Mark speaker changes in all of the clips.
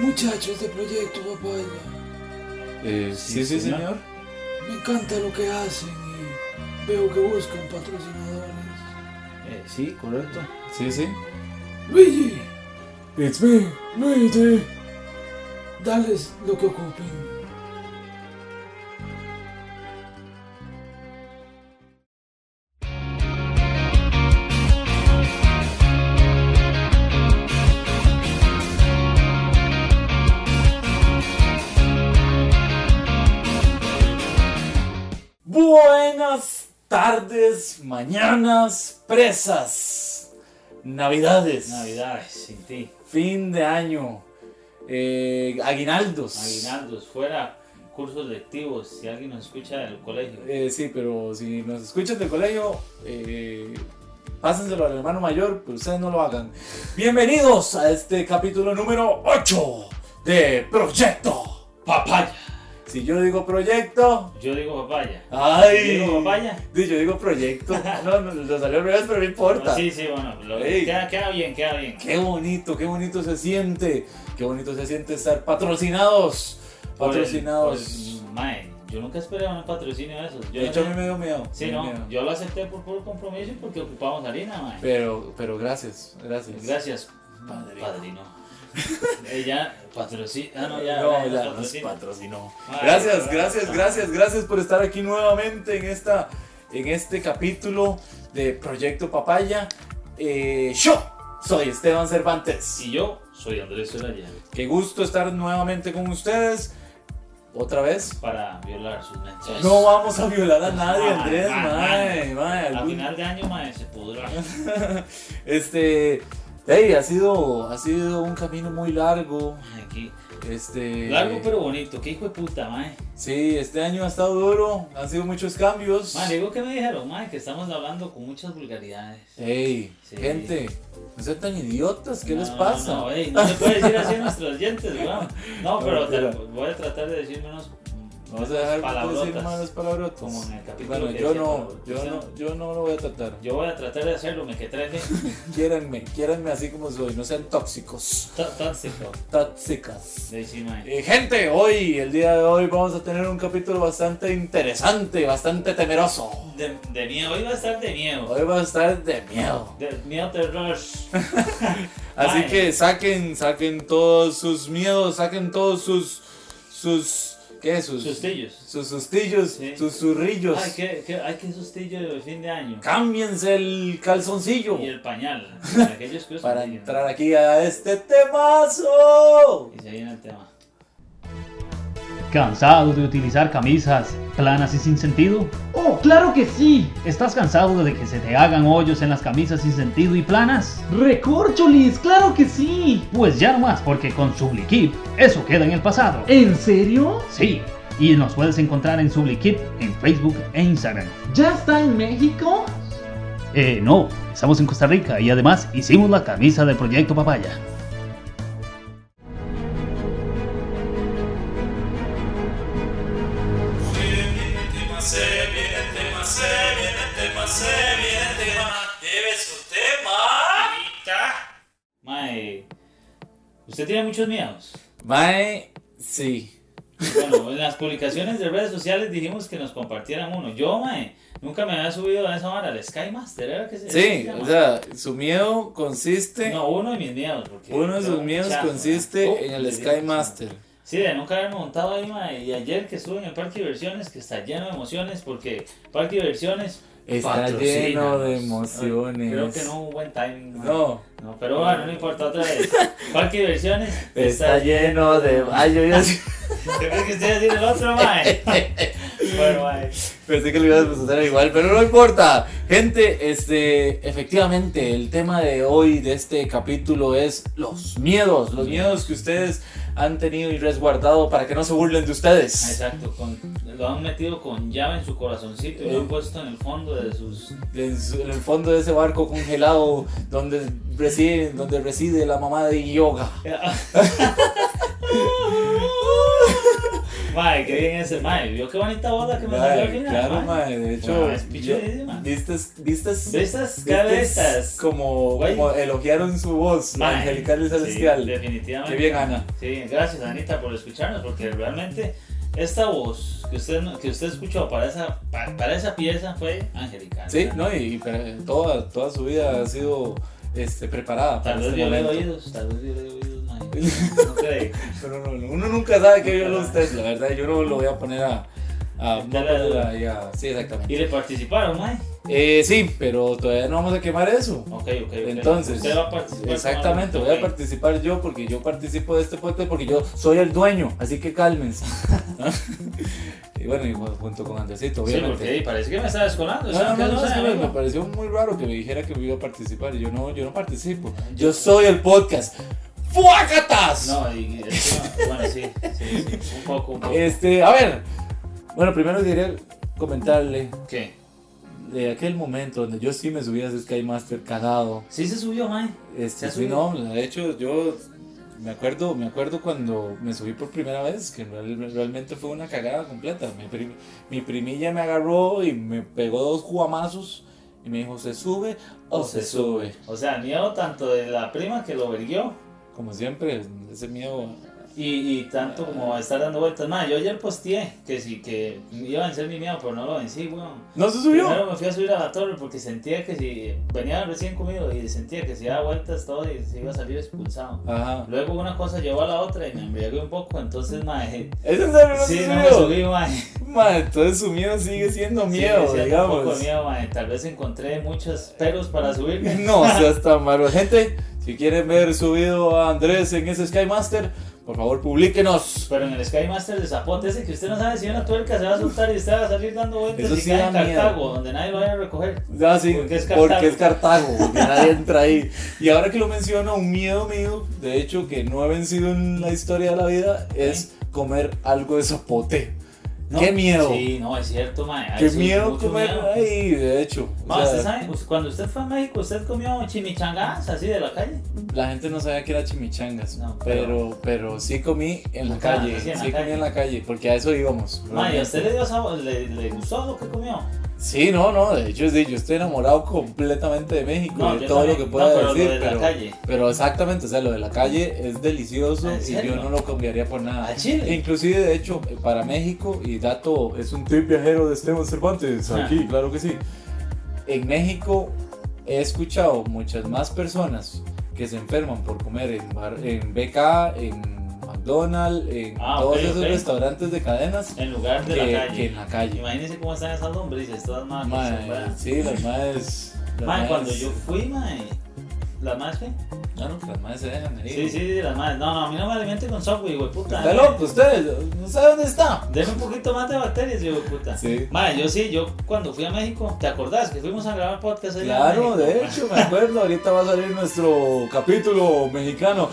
Speaker 1: Muchachos de este Proyecto Papaya,
Speaker 2: Eh, sí, sí, señor.
Speaker 1: me encanta lo que hacen y veo que buscan patrocinadores.
Speaker 3: Eh, sí, correcto.
Speaker 2: Sí, sí.
Speaker 1: Luigi,
Speaker 2: It's me.
Speaker 1: Luigi, dales lo que ocupen.
Speaker 2: Buenas tardes, mañanas, presas. Navidades.
Speaker 3: Navidades sin ti.
Speaker 2: Fin de año. Eh, aguinaldos.
Speaker 3: Aguinaldos, fuera cursos lectivos. Si alguien nos escucha del colegio.
Speaker 2: Eh, sí, pero si nos escuchan del colegio, eh, pásenselo al hermano mayor, pero ustedes no lo hagan. Bienvenidos a este capítulo número 8 de Proyecto Papaya. Si yo digo proyecto,
Speaker 3: Yo digo papaya.
Speaker 2: ¡ay!
Speaker 3: ¿Yo digo papaya?
Speaker 2: Sí, yo digo proyecto. No, no, lo salió al revés, pero no importa.
Speaker 3: Ah, Sí, sí, bueno. lo-
Speaker 2: Ey.
Speaker 3: queda, queda bien, queda bien.
Speaker 2: Qué bonito, qué bonito se siente. Qué bonito se siente estar patrocinados.
Speaker 3: Por el-
Speaker 2: Patrocinados.
Speaker 3: por el- mae, yo nunca esperé un patrocinio de esos. Yo
Speaker 2: De hecho, a mí me dio miedo.
Speaker 3: Sí,
Speaker 2: me dio
Speaker 3: no,
Speaker 2: miedo.
Speaker 3: yo lo acepté por puro compromiso y porque ocupamos harina, mae.
Speaker 2: Pero, pero gracias, gracias.
Speaker 3: Gracias,
Speaker 2: Padrino.
Speaker 3: padrino. Ella patrocina. Ah, no, ya.
Speaker 2: No,
Speaker 3: ya,
Speaker 2: ya
Speaker 3: nos
Speaker 2: nos
Speaker 3: patrocina.
Speaker 2: patrocinó.
Speaker 3: Ay,
Speaker 2: Gracias,
Speaker 3: carajo.
Speaker 2: gracias, gracias, gracias por estar aquí nuevamente en esta, en este capítulo de Proyecto Papaya. Eh, yo soy Esteban Cervantes.
Speaker 3: Y yo soy Andrés Solaya
Speaker 2: Qué gusto estar nuevamente con ustedes. Otra vez.
Speaker 3: para violar sus mentes.
Speaker 2: No vamos a violar a nadie,
Speaker 3: Ay,
Speaker 2: Andrés.
Speaker 3: ay,
Speaker 2: Mae, mae,
Speaker 3: A
Speaker 2: algún-
Speaker 3: final de año, mae, se podrá.
Speaker 2: Este, hey, ha sido, ha sido un camino muy largo.
Speaker 3: Aquí.
Speaker 2: Este,
Speaker 3: Largo pero bonito. Qué hijo de puta, mae.
Speaker 2: sí, este año ha estado duro. Han sido muchos cambios.
Speaker 3: Mae, le digo que me dijeron, mae, que estamos hablando con muchas vulgaridades.
Speaker 2: Ey,
Speaker 3: Sí.
Speaker 2: gente, no sean tan idiotas, Eh, ¿qué les
Speaker 3: No,
Speaker 2: pasa?
Speaker 3: No, eh. ey, no se puede decir así a nuestros dientes, weón. No,
Speaker 2: No,
Speaker 3: pero te-
Speaker 2: mentira.
Speaker 3: voy a tratar de decir menos.
Speaker 2: Vamos a dejar de
Speaker 3: palabrotas.
Speaker 2: decir malas palabrotas.
Speaker 3: Como en el capítulo
Speaker 2: bueno,
Speaker 3: que
Speaker 2: yo
Speaker 3: decía
Speaker 2: no,
Speaker 3: palabrotas.
Speaker 2: yo no, yo no lo voy a tratar.
Speaker 3: Yo voy a tratar de hacerlo, me que traje
Speaker 2: Quiéranme, quiéranme así como soy, no sean tóxicos,
Speaker 3: tóxico.
Speaker 2: tóxicas.
Speaker 3: De decir, mae.
Speaker 2: Eh, gente, hoy, el día de hoy, vamos a tener un capítulo bastante interesante, bastante temeroso.
Speaker 3: De, de miedo, hoy va a estar de miedo.
Speaker 2: Hoy va a estar de miedo.
Speaker 3: De miedo terror.
Speaker 2: Así
Speaker 3: Mae.
Speaker 2: que saquen, saquen todos sus miedos, saquen todos sus, sus, ¿qué? Sus,
Speaker 3: Sustillos.
Speaker 2: Sus sustillos,
Speaker 3: Sí.
Speaker 2: sus zurrillos.
Speaker 3: Ay, qué, qué, ay, qué sustillo de fin de año.
Speaker 2: Cámbiense el calzoncillo
Speaker 3: Y el pañal. para aquellos que usan
Speaker 2: para
Speaker 3: pañal.
Speaker 2: entrar aquí a este temazo.
Speaker 3: Y se viene el tema.
Speaker 4: ¿Cansado de utilizar camisas planas y sin sentido? ¡Oh, claro que sí! ¿Estás cansado de que se te hagan hoyos en las camisas sin sentido y planas? ¡Recorcholis, claro que sí! Pues ya no más, porque con SubliKip eso queda en el pasado.
Speaker 5: ¿En serio?
Speaker 4: Sí, y nos puedes encontrar en SubliKip en Facebook e Instagram.
Speaker 5: ¿Ya está en México?
Speaker 4: Eh, no, estamos en Costa Rica y además hicimos la camisa del Proyecto Papaya.
Speaker 3: Mae, usted tiene muchos miedos.
Speaker 2: Mae, sí.
Speaker 3: Bueno, en las publicaciones de redes sociales dijimos que nos compartieran uno. Yo, mae, nunca me había subido a esa vara, el Sky Master, ¿era que se
Speaker 2: Sí,
Speaker 3: se llama?
Speaker 2: o sea, su miedo consiste.
Speaker 3: No, Oh, uno de mis miedos. Porque
Speaker 2: uno de sus
Speaker 3: pero,
Speaker 2: miedos
Speaker 3: chato,
Speaker 2: consiste
Speaker 3: mae.
Speaker 2: en
Speaker 3: Le
Speaker 2: el
Speaker 3: digo,
Speaker 2: Sky
Speaker 3: sí.
Speaker 2: Master.
Speaker 3: Sí, de nunca haber montado ahí, mae. Y ayer que estuve en el Parque de Diversiones, que está lleno de emociones, porque Parque de Diversiones.
Speaker 2: Está
Speaker 3: patrocínanos.
Speaker 2: lleno de emociones.
Speaker 3: Creo que no hubo buen timing. mae.
Speaker 2: No,
Speaker 3: No, pero bueno, no importa otra vez. Parque de Diversiones.
Speaker 2: está lleno de. Ay, yo ya.
Speaker 3: Creo que estoy haciendo el otro, mae. bueno, mae.
Speaker 2: Pensé que lo ibas a presentar igual, pero no importa. Gente, este, efectivamente, el tema de hoy, de este capítulo, es los miedos. Los miedos que ustedes han tenido y resguardado para que no se burlen de ustedes.
Speaker 3: Exacto, con, lo han metido con llave en su corazoncito y lo han puesto en el fondo de sus.
Speaker 2: En, su- en el fondo de ese barco congelado donde reside, donde reside la mamá de yoga.
Speaker 3: Mae, qué bien ese, mae. Vio qué bonita boda que me salió al
Speaker 2: Mae,
Speaker 3: final.
Speaker 2: claro,
Speaker 3: mae.
Speaker 2: mae, de hecho,
Speaker 3: Mae, es pichudísimo, mae.
Speaker 2: viste, viste,
Speaker 3: Vistas cabezas.
Speaker 2: como,
Speaker 3: Güey.
Speaker 2: como elogiaron su voz, la
Speaker 3: Mae,
Speaker 2: angelical y
Speaker 3: sí,
Speaker 2: celestial.
Speaker 3: definitivamente.
Speaker 2: Qué bien, Ana.
Speaker 3: Sí, gracias Anita por escucharnos, porque realmente esta voz que usted, que usted escuchó para esa, pa- para esa pieza fue angelical.
Speaker 2: Sí, ¿no? Y, y para- toda, toda su vida ha sido este, preparada
Speaker 3: Tal
Speaker 2: para
Speaker 3: vez
Speaker 2: este
Speaker 3: violé
Speaker 2: momento.
Speaker 3: oídos, tal vez violé oídos, mae. No creo.
Speaker 2: Pero no, no, uno nunca sabe qué vio usted, la verdad. Yo no lo voy a poner a... a,
Speaker 3: Está la duda.
Speaker 2: a- y a- sí, exactamente.
Speaker 3: Y le participaron, mae.
Speaker 2: Eh, sí, pero todavía no vamos a quemar eso.
Speaker 3: Ok, ok, ok.
Speaker 2: Entonces,
Speaker 3: usted va a participar.
Speaker 2: Exactamente,
Speaker 3: mae.
Speaker 2: voy a
Speaker 3: Ok.
Speaker 2: participar yo porque yo participo de este podcast porque yo soy el dueño, así que cálmense. y bueno, y ju- junto con Andresito,
Speaker 3: Sí, porque
Speaker 2: obviamente.
Speaker 3: ahí parece que me estaba descolando. o sea,
Speaker 2: no, no,
Speaker 3: que
Speaker 2: no, no,
Speaker 3: sabe,
Speaker 2: es que me-
Speaker 3: amigo.
Speaker 2: me pareció muy raro que me dijera que me iba a participar y yo no, yo no participo. Yo soy el podcast. ¡Fuacatas!
Speaker 3: No, y, y es que no, bueno, sí, sí, sí, un poco, un poco.
Speaker 2: Este, a ver. Bueno, primero quería comentarle
Speaker 3: ¿Qué?
Speaker 2: de aquel momento donde yo sí me subí a ese Sky Master cagado.
Speaker 3: Sí se subió, mae. ¿Se
Speaker 2: Este,
Speaker 3: ha
Speaker 2: sí,
Speaker 3: subido?
Speaker 2: no, de hecho yo me acuerdo, me acuerdo cuando me subí por primera vez, que real- realmente fue una cagada completa. Mi, prim- mi primilla me agarró y me pegó dos guamazos y me dijo, ¿se sube o, se, sube?
Speaker 3: O sea, miedo tanto de la prima que lo verguió
Speaker 2: Como siempre, ese miedo.
Speaker 3: y, y tanto como estar dando vueltas. Mae, yo ayer posteé que sí, que iba a vencer mi miedo, pero no lo vencí, weón.
Speaker 2: No se subió.
Speaker 3: Primero me fui a subir a la torre porque sentía que si venía recién comido y sentía que si daba vueltas todo y se iba a salir expulsado.
Speaker 2: Ajá.
Speaker 3: Luego una cosa llevó a la otra y me embriagué un poco, entonces, mae,
Speaker 2: ¿Es en serio? No
Speaker 3: sí,
Speaker 2: se
Speaker 3: no me
Speaker 2: subió.
Speaker 3: subí, mae.
Speaker 2: Ma, entonces su miedo sigue siendo
Speaker 3: Sí,
Speaker 2: miedo,
Speaker 3: me siento
Speaker 2: digamos.
Speaker 3: Un poco miedo, mae. Tal vez encontré muchos pelos para subirme.
Speaker 2: No seas tan malo. Gente, si quieren ver subido a Andrés en ese Sky Master, por favor, publíquenos.
Speaker 3: Pero en el Sky Master de Zapote, ese que usted no sabe si una tuerca se va a soltar y usted va a salir dando vueltas
Speaker 2: Eso
Speaker 3: y
Speaker 2: sí
Speaker 3: cae
Speaker 2: da
Speaker 3: en
Speaker 2: miedo.
Speaker 3: Cartago, donde nadie lo vaya a recoger.
Speaker 2: Ah, sí,
Speaker 3: Porque es Cartago.
Speaker 2: porque es Cartago, porque nadie entra ahí. Y ahora que lo menciono, un miedo mío, de hecho, que no he vencido en la historia de la vida, es comer algo de zapote.
Speaker 3: No,
Speaker 2: ¡Qué miedo!
Speaker 3: Sí, no, es cierto, mae. Ay,
Speaker 2: ¡Qué
Speaker 3: sí,
Speaker 2: miedo
Speaker 3: mucho
Speaker 2: comer
Speaker 3: miedo.
Speaker 2: ahí, de hecho! O
Speaker 3: Mae,
Speaker 2: sea,
Speaker 3: usted sabe, us- cuando usted fue a México, usted comió chimichangas así de la calle.
Speaker 2: la gente no sabía que era chimichangas,
Speaker 3: No,
Speaker 2: pero, pero sí comí en la
Speaker 3: Ah,
Speaker 2: calle,
Speaker 3: sí, en la
Speaker 2: sí comí
Speaker 3: calle.
Speaker 2: en la calle, porque a eso íbamos.
Speaker 3: Mae, ¿a usted le, dio sabor- le, le gustó lo que comió?
Speaker 2: Sí, no, no, de hecho sí, yo estoy enamorado completamente de México y
Speaker 3: No,
Speaker 2: de
Speaker 3: yo
Speaker 2: todo
Speaker 3: también.
Speaker 2: lo que pueda
Speaker 3: No, pero lo
Speaker 2: decir,
Speaker 3: de la
Speaker 2: pero,
Speaker 3: calle.
Speaker 2: pero exactamente, o sea, lo de la calle es delicioso
Speaker 3: ¿En
Speaker 2: y
Speaker 3: serio?
Speaker 2: yo no lo cambiaría por nada.
Speaker 3: ¿A Chile?
Speaker 2: E Inclusive, de hecho, para México, y dato, es un trip viajero de Esteban Cervantes,
Speaker 3: Ah.
Speaker 2: aquí, claro que sí. En México he escuchado muchas más personas que se enferman por comer en, bar- en BK, en McDonald's, en
Speaker 3: Ah,
Speaker 2: todos
Speaker 3: ok,
Speaker 2: esos
Speaker 3: ok.
Speaker 2: restaurantes de cadenas,
Speaker 3: En lugar de
Speaker 2: que-
Speaker 3: la calle.
Speaker 2: que en la calle.
Speaker 3: Imagínense cómo están esas lombrices, todas malas.
Speaker 2: Mae, sí, las madres. las
Speaker 3: pues, Mae,
Speaker 2: madres-
Speaker 3: cuando yo fui, mae, ¿la más qué?
Speaker 2: No, no, las madres se dejan ahí.
Speaker 3: Sí, sí, las madres. No, no, a mí no me alimenten con software, güey, puta.
Speaker 2: Está loco, ustedes. No sabe dónde está.
Speaker 3: Deme un poquito más de bacterias, güey, puta.
Speaker 2: Sí.
Speaker 3: Madre, yo sí, yo cuando fui a México, ¿te acordás que fuimos a grabar podcast allá?
Speaker 2: Claro,
Speaker 3: en
Speaker 2: de
Speaker 3: México?
Speaker 2: hecho, me acuerdo. Ahorita va a salir nuestro capítulo mexicano.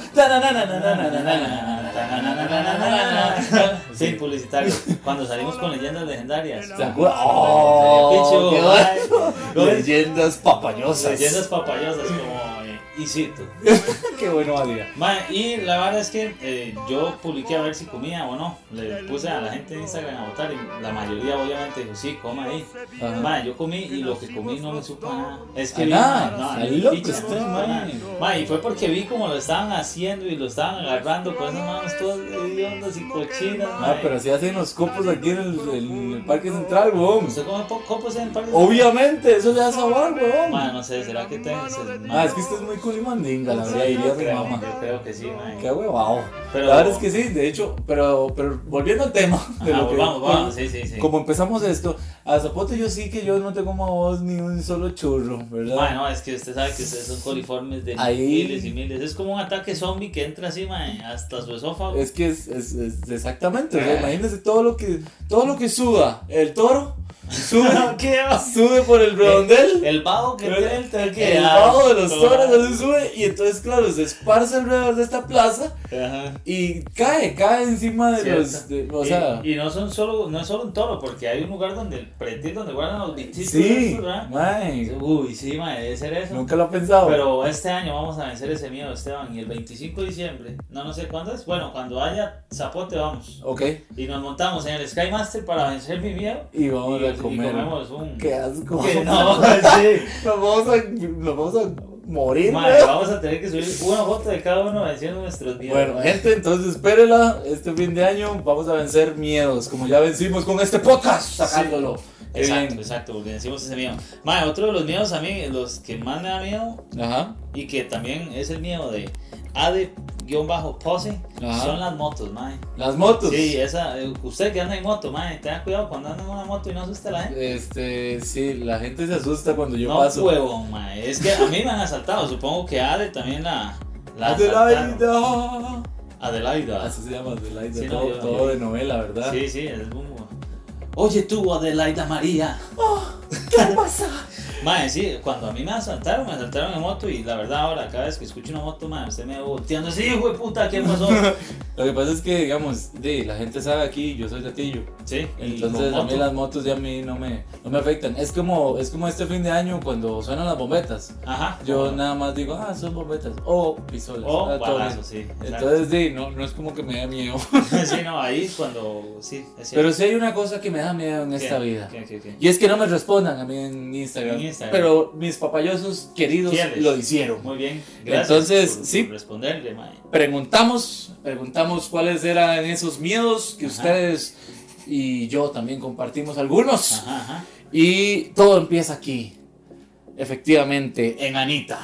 Speaker 2: Tanananananananananananananananananananananananananananananananananananananananananananananananananananananananananana.
Speaker 3: Sí, publicitario. Cuando salimos con leyendas legendarias.
Speaker 2: ¿Se acuerdan? ¡Oh!
Speaker 3: Pichu,
Speaker 2: ¡Qué
Speaker 3: ay.
Speaker 2: bueno! Leyendas papayosas.
Speaker 3: Leyendas papayosas como eh, Isito.
Speaker 2: Qué bueno, Adrián.
Speaker 3: Mae, y la verdad es que eh, yo publiqué a ver si comía o no. Le puse a la gente en Instagram a votar y la mayoría obviamente dijo, sí, coma ahí.
Speaker 2: Ajá.
Speaker 3: Mae, yo comí y lo que comí no me supo a nada. Es que
Speaker 2: A
Speaker 3: vi,
Speaker 2: nada,
Speaker 3: mae,
Speaker 2: a
Speaker 3: vi
Speaker 2: loco
Speaker 3: pichas,
Speaker 2: usted,
Speaker 3: no supo a nada.
Speaker 2: mae.
Speaker 3: Mae, y fue porque vi como lo estaban haciendo y lo estaban agarrando con esas manos todas hediondas y cochinas.
Speaker 2: Ah,
Speaker 3: mae.
Speaker 2: pero si hacen los copos aquí en el, en el Parque Central, weón.
Speaker 3: ¿Usted come po- copos en el parque?
Speaker 2: Obviamente, eso le da sabor, weón.
Speaker 3: Mae, no sé, ¿será que tengo?
Speaker 2: Ah, es que usted es muy culimandinga, la verdad, diría mi
Speaker 3: creo,
Speaker 2: mamá.
Speaker 3: yo creo que sí, mae.
Speaker 2: Qué huevado.
Speaker 3: Pero-
Speaker 2: la verdad es que sí, de hecho, pero, pero volviendo al tema. de
Speaker 3: Ajá,
Speaker 2: lo que-
Speaker 3: vamos, vamos, sí, sí, sí.
Speaker 2: Como empezamos esto, a Zapote yo sí que yo no te como a vos ni un solo churro, ¿verdad?
Speaker 3: Mae, no, es que usted sabe que ustedes son coliformes de
Speaker 2: Ahí-
Speaker 3: miles y miles. Es como un ataque zombie que entra así, mae, hasta su esófago.
Speaker 2: Es
Speaker 3: Eh.
Speaker 2: que es, es- es exactamente, o sea, imagínese todo lo que todo lo que suda el toro, Sube,
Speaker 3: ¿Qué va?
Speaker 2: sube por el redondel.
Speaker 3: El vago que tiene el tanque.
Speaker 2: El
Speaker 3: ah,
Speaker 2: bajo de los
Speaker 3: toma.
Speaker 2: toros así sube y entonces claro se esparce alrededor de esta plaza
Speaker 3: Ajá.
Speaker 2: y cae, cae encima de
Speaker 3: Cierto.
Speaker 2: los de- o
Speaker 3: Y-
Speaker 2: sea
Speaker 3: y, no son solo, no es solo un toro, porque hay un lugar donde el pretil donde guardan los bichitos.
Speaker 2: sí,
Speaker 3: esos, ¿verdad?
Speaker 2: mae,
Speaker 3: Uy, sí, mae, debe ser eso.
Speaker 2: nunca lo he pensado.
Speaker 3: Pero este año vamos a vencer ese miedo, Esteban. Y el 25 de diciembre, no, no sé cuándo es. Bueno, cuando haya zapote, vamos.
Speaker 2: ok,
Speaker 3: Y nos montamos en el Sky Master para vencer mi miedo.
Speaker 2: y
Speaker 3: Y,
Speaker 2: vamos a
Speaker 3: y
Speaker 2: comer.
Speaker 3: comemos un.
Speaker 2: Qué asco.
Speaker 3: Que no, sí.
Speaker 2: Nos vamos a, nos vamos a morir.
Speaker 3: Mae,
Speaker 2: ¿no?
Speaker 3: vamos a tener que subir una foto de cada uno venciendo nuestros miedos.
Speaker 2: Bueno,
Speaker 3: mae.
Speaker 2: gente, entonces espérela. Este fin de año vamos a vencer miedos, como ya vencimos con este podcast, sacándolo. Qué
Speaker 3: Exacto,
Speaker 2: bien.
Speaker 3: exacto, porque vencimos ese miedo. Mae, otro de los miedos a mí, los que más me da miedo
Speaker 2: Ajá.
Speaker 3: y que también es el miedo de AD-pose
Speaker 2: Ajá.
Speaker 3: son las motos, mae.
Speaker 2: Las motos.
Speaker 3: Sí, esa, eh, usted que anda en moto, mae, tenga cuidado cuando anda en una moto y no asuste a la gente.
Speaker 2: Este, sí, la gente se asusta cuando yo
Speaker 3: no
Speaker 2: paso.
Speaker 3: huevón, mae. Es que a mí me han asaltado, supongo que AD también la. la asaltaron.
Speaker 2: Adelaida.
Speaker 3: Adelaida.
Speaker 2: Ah, Así se llama Adelaida.
Speaker 3: Sí, no,
Speaker 2: todo
Speaker 3: yo-
Speaker 2: todo
Speaker 3: yo-
Speaker 2: de novela, ¿verdad?
Speaker 3: Sí, sí, es bumbo. Oye tú, Adelaida María.
Speaker 2: ¿Qué pasa?
Speaker 3: Mae, sí, cuando a mí me asaltaron, me asaltaron en moto y la verdad ahora cada vez que escucho una moto, mae, usted me va volteando así, hijo de puta, ¿qué pasó?
Speaker 2: Lo que pasa es que, digamos, de, la gente sabe aquí, yo soy latillo.
Speaker 3: Sí, y
Speaker 2: Entonces
Speaker 3: con
Speaker 2: a mí
Speaker 3: moto.
Speaker 2: las motos ya a mí no me, no me afectan. Es como, es como este fin de año cuando suenan las bombetas.
Speaker 3: Ajá.
Speaker 2: Yo nada más digo, ah, son bombetas. O pistolas.
Speaker 3: O
Speaker 2: ah, todo
Speaker 3: balazo,
Speaker 2: bien.
Speaker 3: sí. exacto.
Speaker 2: Entonces, sí, no, no es como que me da miedo.
Speaker 3: sí, no, ahí es cuando. Sí, es cierto.
Speaker 2: Pero sí hay una cosa que me da miedo en esta
Speaker 3: ¿Qué?
Speaker 2: vida.
Speaker 3: ¿Qué, qué, qué?
Speaker 2: Y es que no me respondan a mí en Instagram.
Speaker 3: En Instagram.
Speaker 2: Pero mis papayosos queridos
Speaker 3: Fieles.
Speaker 2: lo hicieron.
Speaker 3: Muy bien, gracias.
Speaker 2: Entonces,
Speaker 3: por-
Speaker 2: sí.
Speaker 3: por responderle, mae.
Speaker 2: Preguntamos, preguntamos cuáles eran esos miedos que
Speaker 3: Ajá.
Speaker 2: ustedes y yo también compartimos algunos.
Speaker 3: Ajá, ajá.
Speaker 2: Y todo empieza aquí. Efectivamente, en Anita.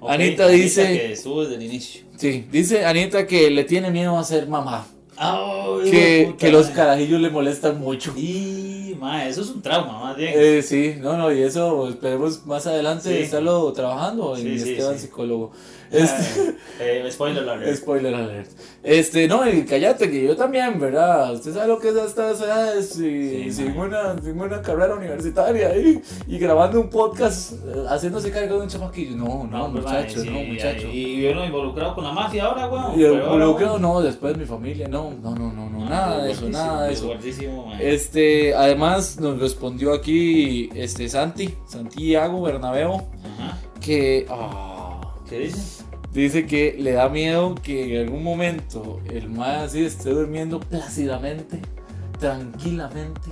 Speaker 3: Ok,
Speaker 2: Anita dice-
Speaker 3: Que estuvo desde el inicio.
Speaker 2: Sí, dice Anita que le tiene miedo a ser mamá.
Speaker 3: Ay, hijo de
Speaker 2: Que,
Speaker 3: puta,
Speaker 2: que los
Speaker 3: mae.
Speaker 2: carajillos le molestan mucho.
Speaker 3: Y, mae, eso es un trauma, más bien.
Speaker 2: Eh, sí, no, no, y eso esperemos más adelante
Speaker 3: Sí.
Speaker 2: estarlo trabajando en
Speaker 3: Sí, sí,
Speaker 2: Esteban
Speaker 3: sí.
Speaker 2: Psicólogo. Este-
Speaker 3: Ay, eh, spoiler alert.
Speaker 2: Spoiler alert. Este, no, y cállate que yo también, ¿verdad? Usted sabe lo que es hasta esa edad
Speaker 3: Sí,
Speaker 2: sin,
Speaker 3: man.
Speaker 2: una, sin una carrera universitaria y, y grabando un podcast, eh, haciéndose cargo de un chamaquillo. No, no,
Speaker 3: hombre,
Speaker 2: muchacho,
Speaker 3: mae, pues, sí,
Speaker 2: no, muchacho.
Speaker 3: Y, y uno involucrado con la mafia ahora, weón.
Speaker 2: Y el
Speaker 3: peor,
Speaker 2: involucrado,
Speaker 3: weón.
Speaker 2: no, después mi familia, no, no, no, no, no,
Speaker 3: No,
Speaker 2: nada de eso,
Speaker 3: fuertísimo,
Speaker 2: nada de eso.
Speaker 3: fuertísimo, mae.
Speaker 2: Este, además nos respondió aquí este Santi, Santiago Bernabeo,
Speaker 3: Ajá.
Speaker 2: que ah,
Speaker 3: ¿Qué dice?
Speaker 2: Dice que le da miedo que en algún momento el mae así esté durmiendo plácidamente, tranquilamente,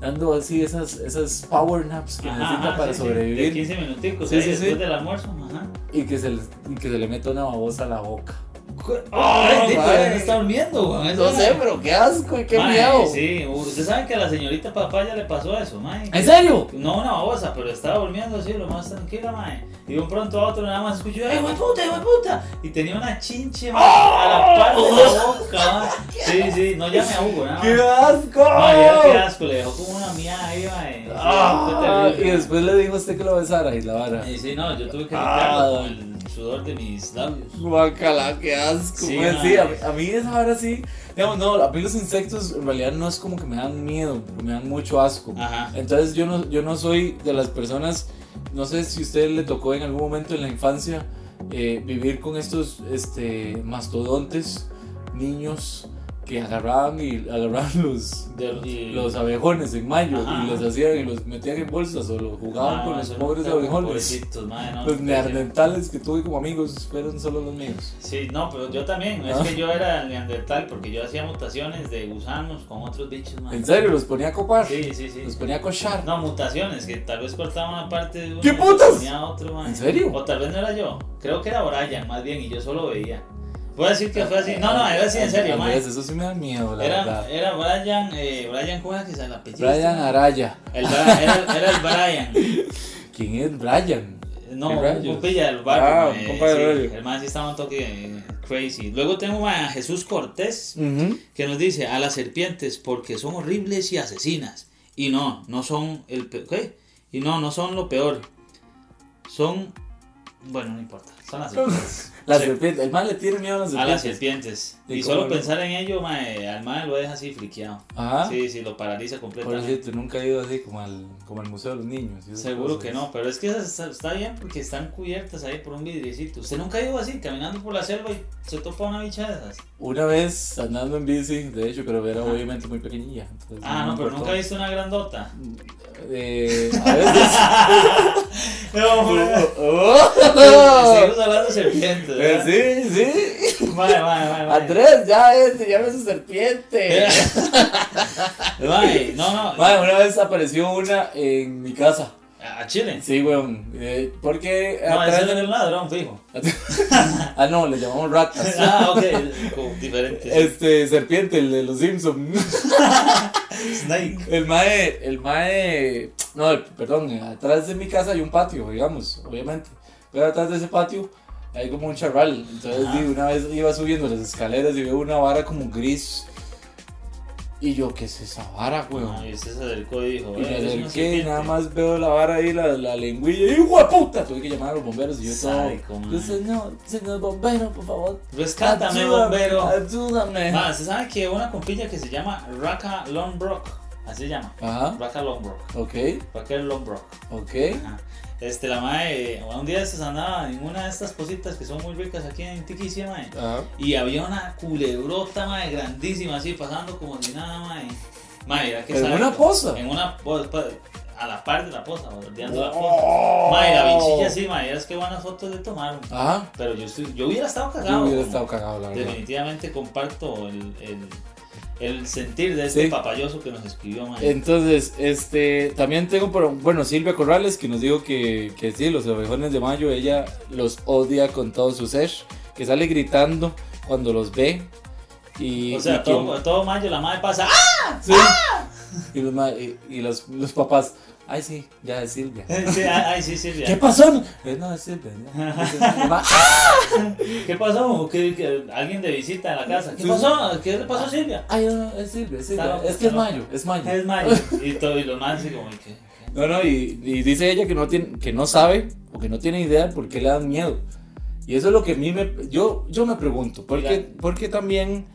Speaker 2: dando así esas, esas power naps que
Speaker 3: Ajá,
Speaker 2: necesita
Speaker 3: ajá,
Speaker 2: para
Speaker 3: sí, sí, de
Speaker 2: sobrevivir
Speaker 3: 15 minuticos,
Speaker 2: Sí,
Speaker 3: ahí
Speaker 2: sí, sí.
Speaker 3: después del almuerzo. Ajá.
Speaker 2: y, que se, le- y que se le meta una babosa a la boca.
Speaker 3: Ay, sí,
Speaker 2: mae.
Speaker 3: pero no está durmiendo, weón. es
Speaker 2: No
Speaker 3: hora.
Speaker 2: sé, pero qué asco y qué
Speaker 3: Mae,
Speaker 2: miedo.
Speaker 3: Sí, usted sabe que a la señorita papaya le pasó eso, mae.
Speaker 2: ¿En serio?
Speaker 3: No una babosa, pero estaba durmiendo así, lo más tranquila, mae. Y de un pronto a otro nada más escuchó, ¡eh, hueputa, hueputa! Y tenía una chinche, mae, a la
Speaker 2: ¡Oh!
Speaker 3: parte de la boca, mae. Sí, sí, no llame a Hugo, nada
Speaker 2: ¡Qué
Speaker 3: más.
Speaker 2: asco!
Speaker 3: Mae, ya, qué asco, le dejó como una mía ahí, mae. Sí,
Speaker 2: Ah,
Speaker 3: fue
Speaker 2: y
Speaker 3: terrible.
Speaker 2: después le dijo a usted que lo besara y la vara.
Speaker 3: Y sí, no, yo tuve que
Speaker 2: Ah.
Speaker 3: limpiarlo con el sudor de mis labios.
Speaker 2: Guacala, qué asco.
Speaker 3: Sí,
Speaker 2: mae,
Speaker 3: mae.
Speaker 2: sí, a, mí- a mí esa ahora sí. Digamos, no, a mí los insectos en realidad no es como que me dan miedo, pero me dan mucho asco.
Speaker 3: Ajá.
Speaker 2: Entonces yo no, yo no soy de las personas, no sé si a usted le tocó en algún momento en la infancia eh, vivir con estos este, mastodontes, niños que agarraban y agarraban los,
Speaker 3: De- y-
Speaker 2: los abejones en mayo
Speaker 3: Ajá.
Speaker 2: y los hacían y los metían en bolsas o los jugaban
Speaker 3: Ah,
Speaker 2: con los
Speaker 3: son
Speaker 2: pobres Pues
Speaker 3: tan
Speaker 2: abejones.
Speaker 3: pobrecitos, mae, no,
Speaker 2: Los
Speaker 3: sí.
Speaker 2: neandertales que tuve como amigos fueron solo los míos.
Speaker 3: Sí, no, pero yo también. Es
Speaker 2: Ah.
Speaker 3: que yo era neandertal porque yo hacía mutaciones de gusanos con otros bichos, mae.
Speaker 2: En serio, los ponía a copar,
Speaker 3: Ah. Sí, sí, sí.
Speaker 2: los ponía a cochar.
Speaker 3: No, mutaciones, que tal vez cortaba una parte de uno
Speaker 2: ¡Qué
Speaker 3: y le
Speaker 2: putas!
Speaker 3: ponía otro, mae.
Speaker 2: ¿En serio?
Speaker 3: O tal vez no era yo. Creo que era Brian, más bien, y yo solo veía. Voy a decir que fue así. No, no, era así, en serio,
Speaker 2: Andrés,
Speaker 3: mae.
Speaker 2: Eso sí me da miedo, la
Speaker 3: Era,
Speaker 2: verdad.
Speaker 3: era Brian, eh, Brian, ¿cómo era que se la Este,
Speaker 2: Brian Araya.
Speaker 3: El, Bra- era, era el Brian.
Speaker 2: ¿Quién es Brian?
Speaker 3: No,
Speaker 2: ¿Qué
Speaker 3: un
Speaker 2: rayos?
Speaker 3: compilla del barrio.
Speaker 2: Ah,
Speaker 3: mae,
Speaker 2: un compa del
Speaker 3: sí,
Speaker 2: barrio.
Speaker 3: El man sí estaba un toque eh, crazy. Luego tengo a Jesús Cortés que nos dice a las serpientes porque son horribles y asesinas. Y no, no son el pe- ¿qué? Y no, no son lo peor. Son Bueno, no importa. Son las serpientes.
Speaker 2: La
Speaker 3: Sí.
Speaker 2: serpiente. El mal le tiene miedo a las
Speaker 3: A las
Speaker 2: serpientes.
Speaker 3: serpientes.
Speaker 2: ¿Y
Speaker 3: Y
Speaker 2: cómo
Speaker 3: solo
Speaker 2: lo-
Speaker 3: pensar en ello, mae, al mae lo deja así friqueado.
Speaker 2: Ajá.
Speaker 3: Sí, sí, lo paraliza
Speaker 2: Ah. Por
Speaker 3: completamente.
Speaker 2: cierto, nunca he ido así como al, como al Museo de los Niños. y esas
Speaker 3: Seguro
Speaker 2: cosas.
Speaker 3: que no, pero es que esas está, está bien porque están cubiertas ahí por un vidriecito. Usted nunca ha ido así, caminando por la selva y se topa una bicha de esas.
Speaker 2: Una vez andando en bici, de hecho, pero era
Speaker 3: Ajá.
Speaker 2: obviamente muy pequeñilla. entonces
Speaker 3: Ah,
Speaker 2: me
Speaker 3: no, pero
Speaker 2: importó.
Speaker 3: nunca he visto una grandota.
Speaker 2: Eh, a veces.
Speaker 3: No, mae.
Speaker 2: Oh,
Speaker 3: Seguimos hablando de serpientes.
Speaker 2: eh,
Speaker 3: ¿verdad? Ah,
Speaker 2: sí, sí.
Speaker 3: Mae, mae, mae, mae.
Speaker 2: Andrés, ya es, ya ves serpiente.
Speaker 3: Mae, no, no.
Speaker 2: Madre, una vez apareció una en mi casa.
Speaker 3: A Chile.
Speaker 2: Sí, weón. eh, porque
Speaker 3: No,
Speaker 2: atrás
Speaker 3: ese
Speaker 2: de-
Speaker 3: era un ladrón, fijo.
Speaker 2: Ah, no, le llamamos ratas.
Speaker 3: Ah, ok. como Diferente.
Speaker 2: Este, serpiente, el de los Simpsons.
Speaker 3: Snake.
Speaker 2: El mae, el mae. No, el- perdón, atrás de mi casa hay un patio, digamos, obviamente. Pero atrás de ese patio hay como un charral. Entonces,
Speaker 3: Ajá.
Speaker 2: di, una vez iba subiendo las escaleras y veo una vara como gris. Y yo, ¿qué es esa vara, weón?
Speaker 3: No, y usted se acercó y dijo,
Speaker 2: Y me
Speaker 3: "Eh, es una
Speaker 2: acerqué y nada
Speaker 3: serpiente".
Speaker 2: más veo la vara ahí, la, la lengüilla, y ¡hijo de puta! Tuve que llamar a los bomberos y yo todo.
Speaker 3: Sádico, man.
Speaker 2: Yo, señor, señor bombero, por favor.
Speaker 3: Rescátame,
Speaker 2: ayúdame,
Speaker 3: bombero.
Speaker 2: Ayúdame.
Speaker 3: Ah, se sabe que una compilla que se llama Raka Lombrock. Así se llama.
Speaker 2: Ajá,
Speaker 3: Raka Lombrock.
Speaker 2: ok,
Speaker 3: Raquel Lombrock.
Speaker 2: ok.
Speaker 3: Ajá. Este, la mae, eh, un día se andaba en una de estas cositas que son muy ricas aquí en Tiquicia, mae.
Speaker 2: Ajá.
Speaker 3: Y había una culebrota, mae, grandísima, así, pasando como si nada, mae. Mae, era que
Speaker 2: ¿En
Speaker 3: sabe-
Speaker 2: una poza?
Speaker 3: En una poza, pa- a la par de la poza, bordeando la poza.
Speaker 2: Oh.
Speaker 3: Mae, la bichilla así, mae, es que buenas fotos le tomaron.
Speaker 2: Ajá,
Speaker 3: Pero yo, estoy- yo hubiera estado cagado.
Speaker 2: Ah. yo hubiera
Speaker 3: como-
Speaker 2: estado cagado, la verdad.
Speaker 3: Definitivamente comparto el, el, el sentir de este
Speaker 2: Sí.
Speaker 3: papayoso que nos escribió, mae.
Speaker 2: Entonces, este, también tengo, por, bueno, Silvia Corrales, que nos dijo que, que sí, los ovejones de mayo, ella los odia con todo su ser, que sale gritando cuando los ve. Y,
Speaker 3: o
Speaker 2: y
Speaker 3: sea,
Speaker 2: que-
Speaker 3: todo, todo mayo la madre pasa. ¡Ah!
Speaker 2: Sí. Y, los, ma- y- y los, los papás, ay sí, ya es Silvia.
Speaker 3: eh, Sí, ah, ay, sí, sí,
Speaker 2: ¿Qué
Speaker 3: ¿Qué,
Speaker 2: pasó? Eh, no, es Silvia. ya. Es Silvia. Ma-
Speaker 3: ¿Qué pasó? ¿Qué- qué- alguien de visita a la casa. ¿Qué
Speaker 2: Sí.
Speaker 3: pasó? ¿Qué le pasó a Silvia?
Speaker 2: Ay, no, no, es Silvia, es
Speaker 3: Está
Speaker 2: Silvia.
Speaker 3: loco,
Speaker 2: Es que es
Speaker 3: está loco.
Speaker 2: mayo, es mayo.
Speaker 3: Es mayo. Y todo, y los más así como, ¿y ¿qué?
Speaker 2: No, no, y, y dice ella que no, tiene, que no sabe o que no tiene idea de por qué le dan miedo. Y eso es lo que a mí me... Yo, yo me pregunto, ¿por qué,
Speaker 3: Mira.
Speaker 2: por qué también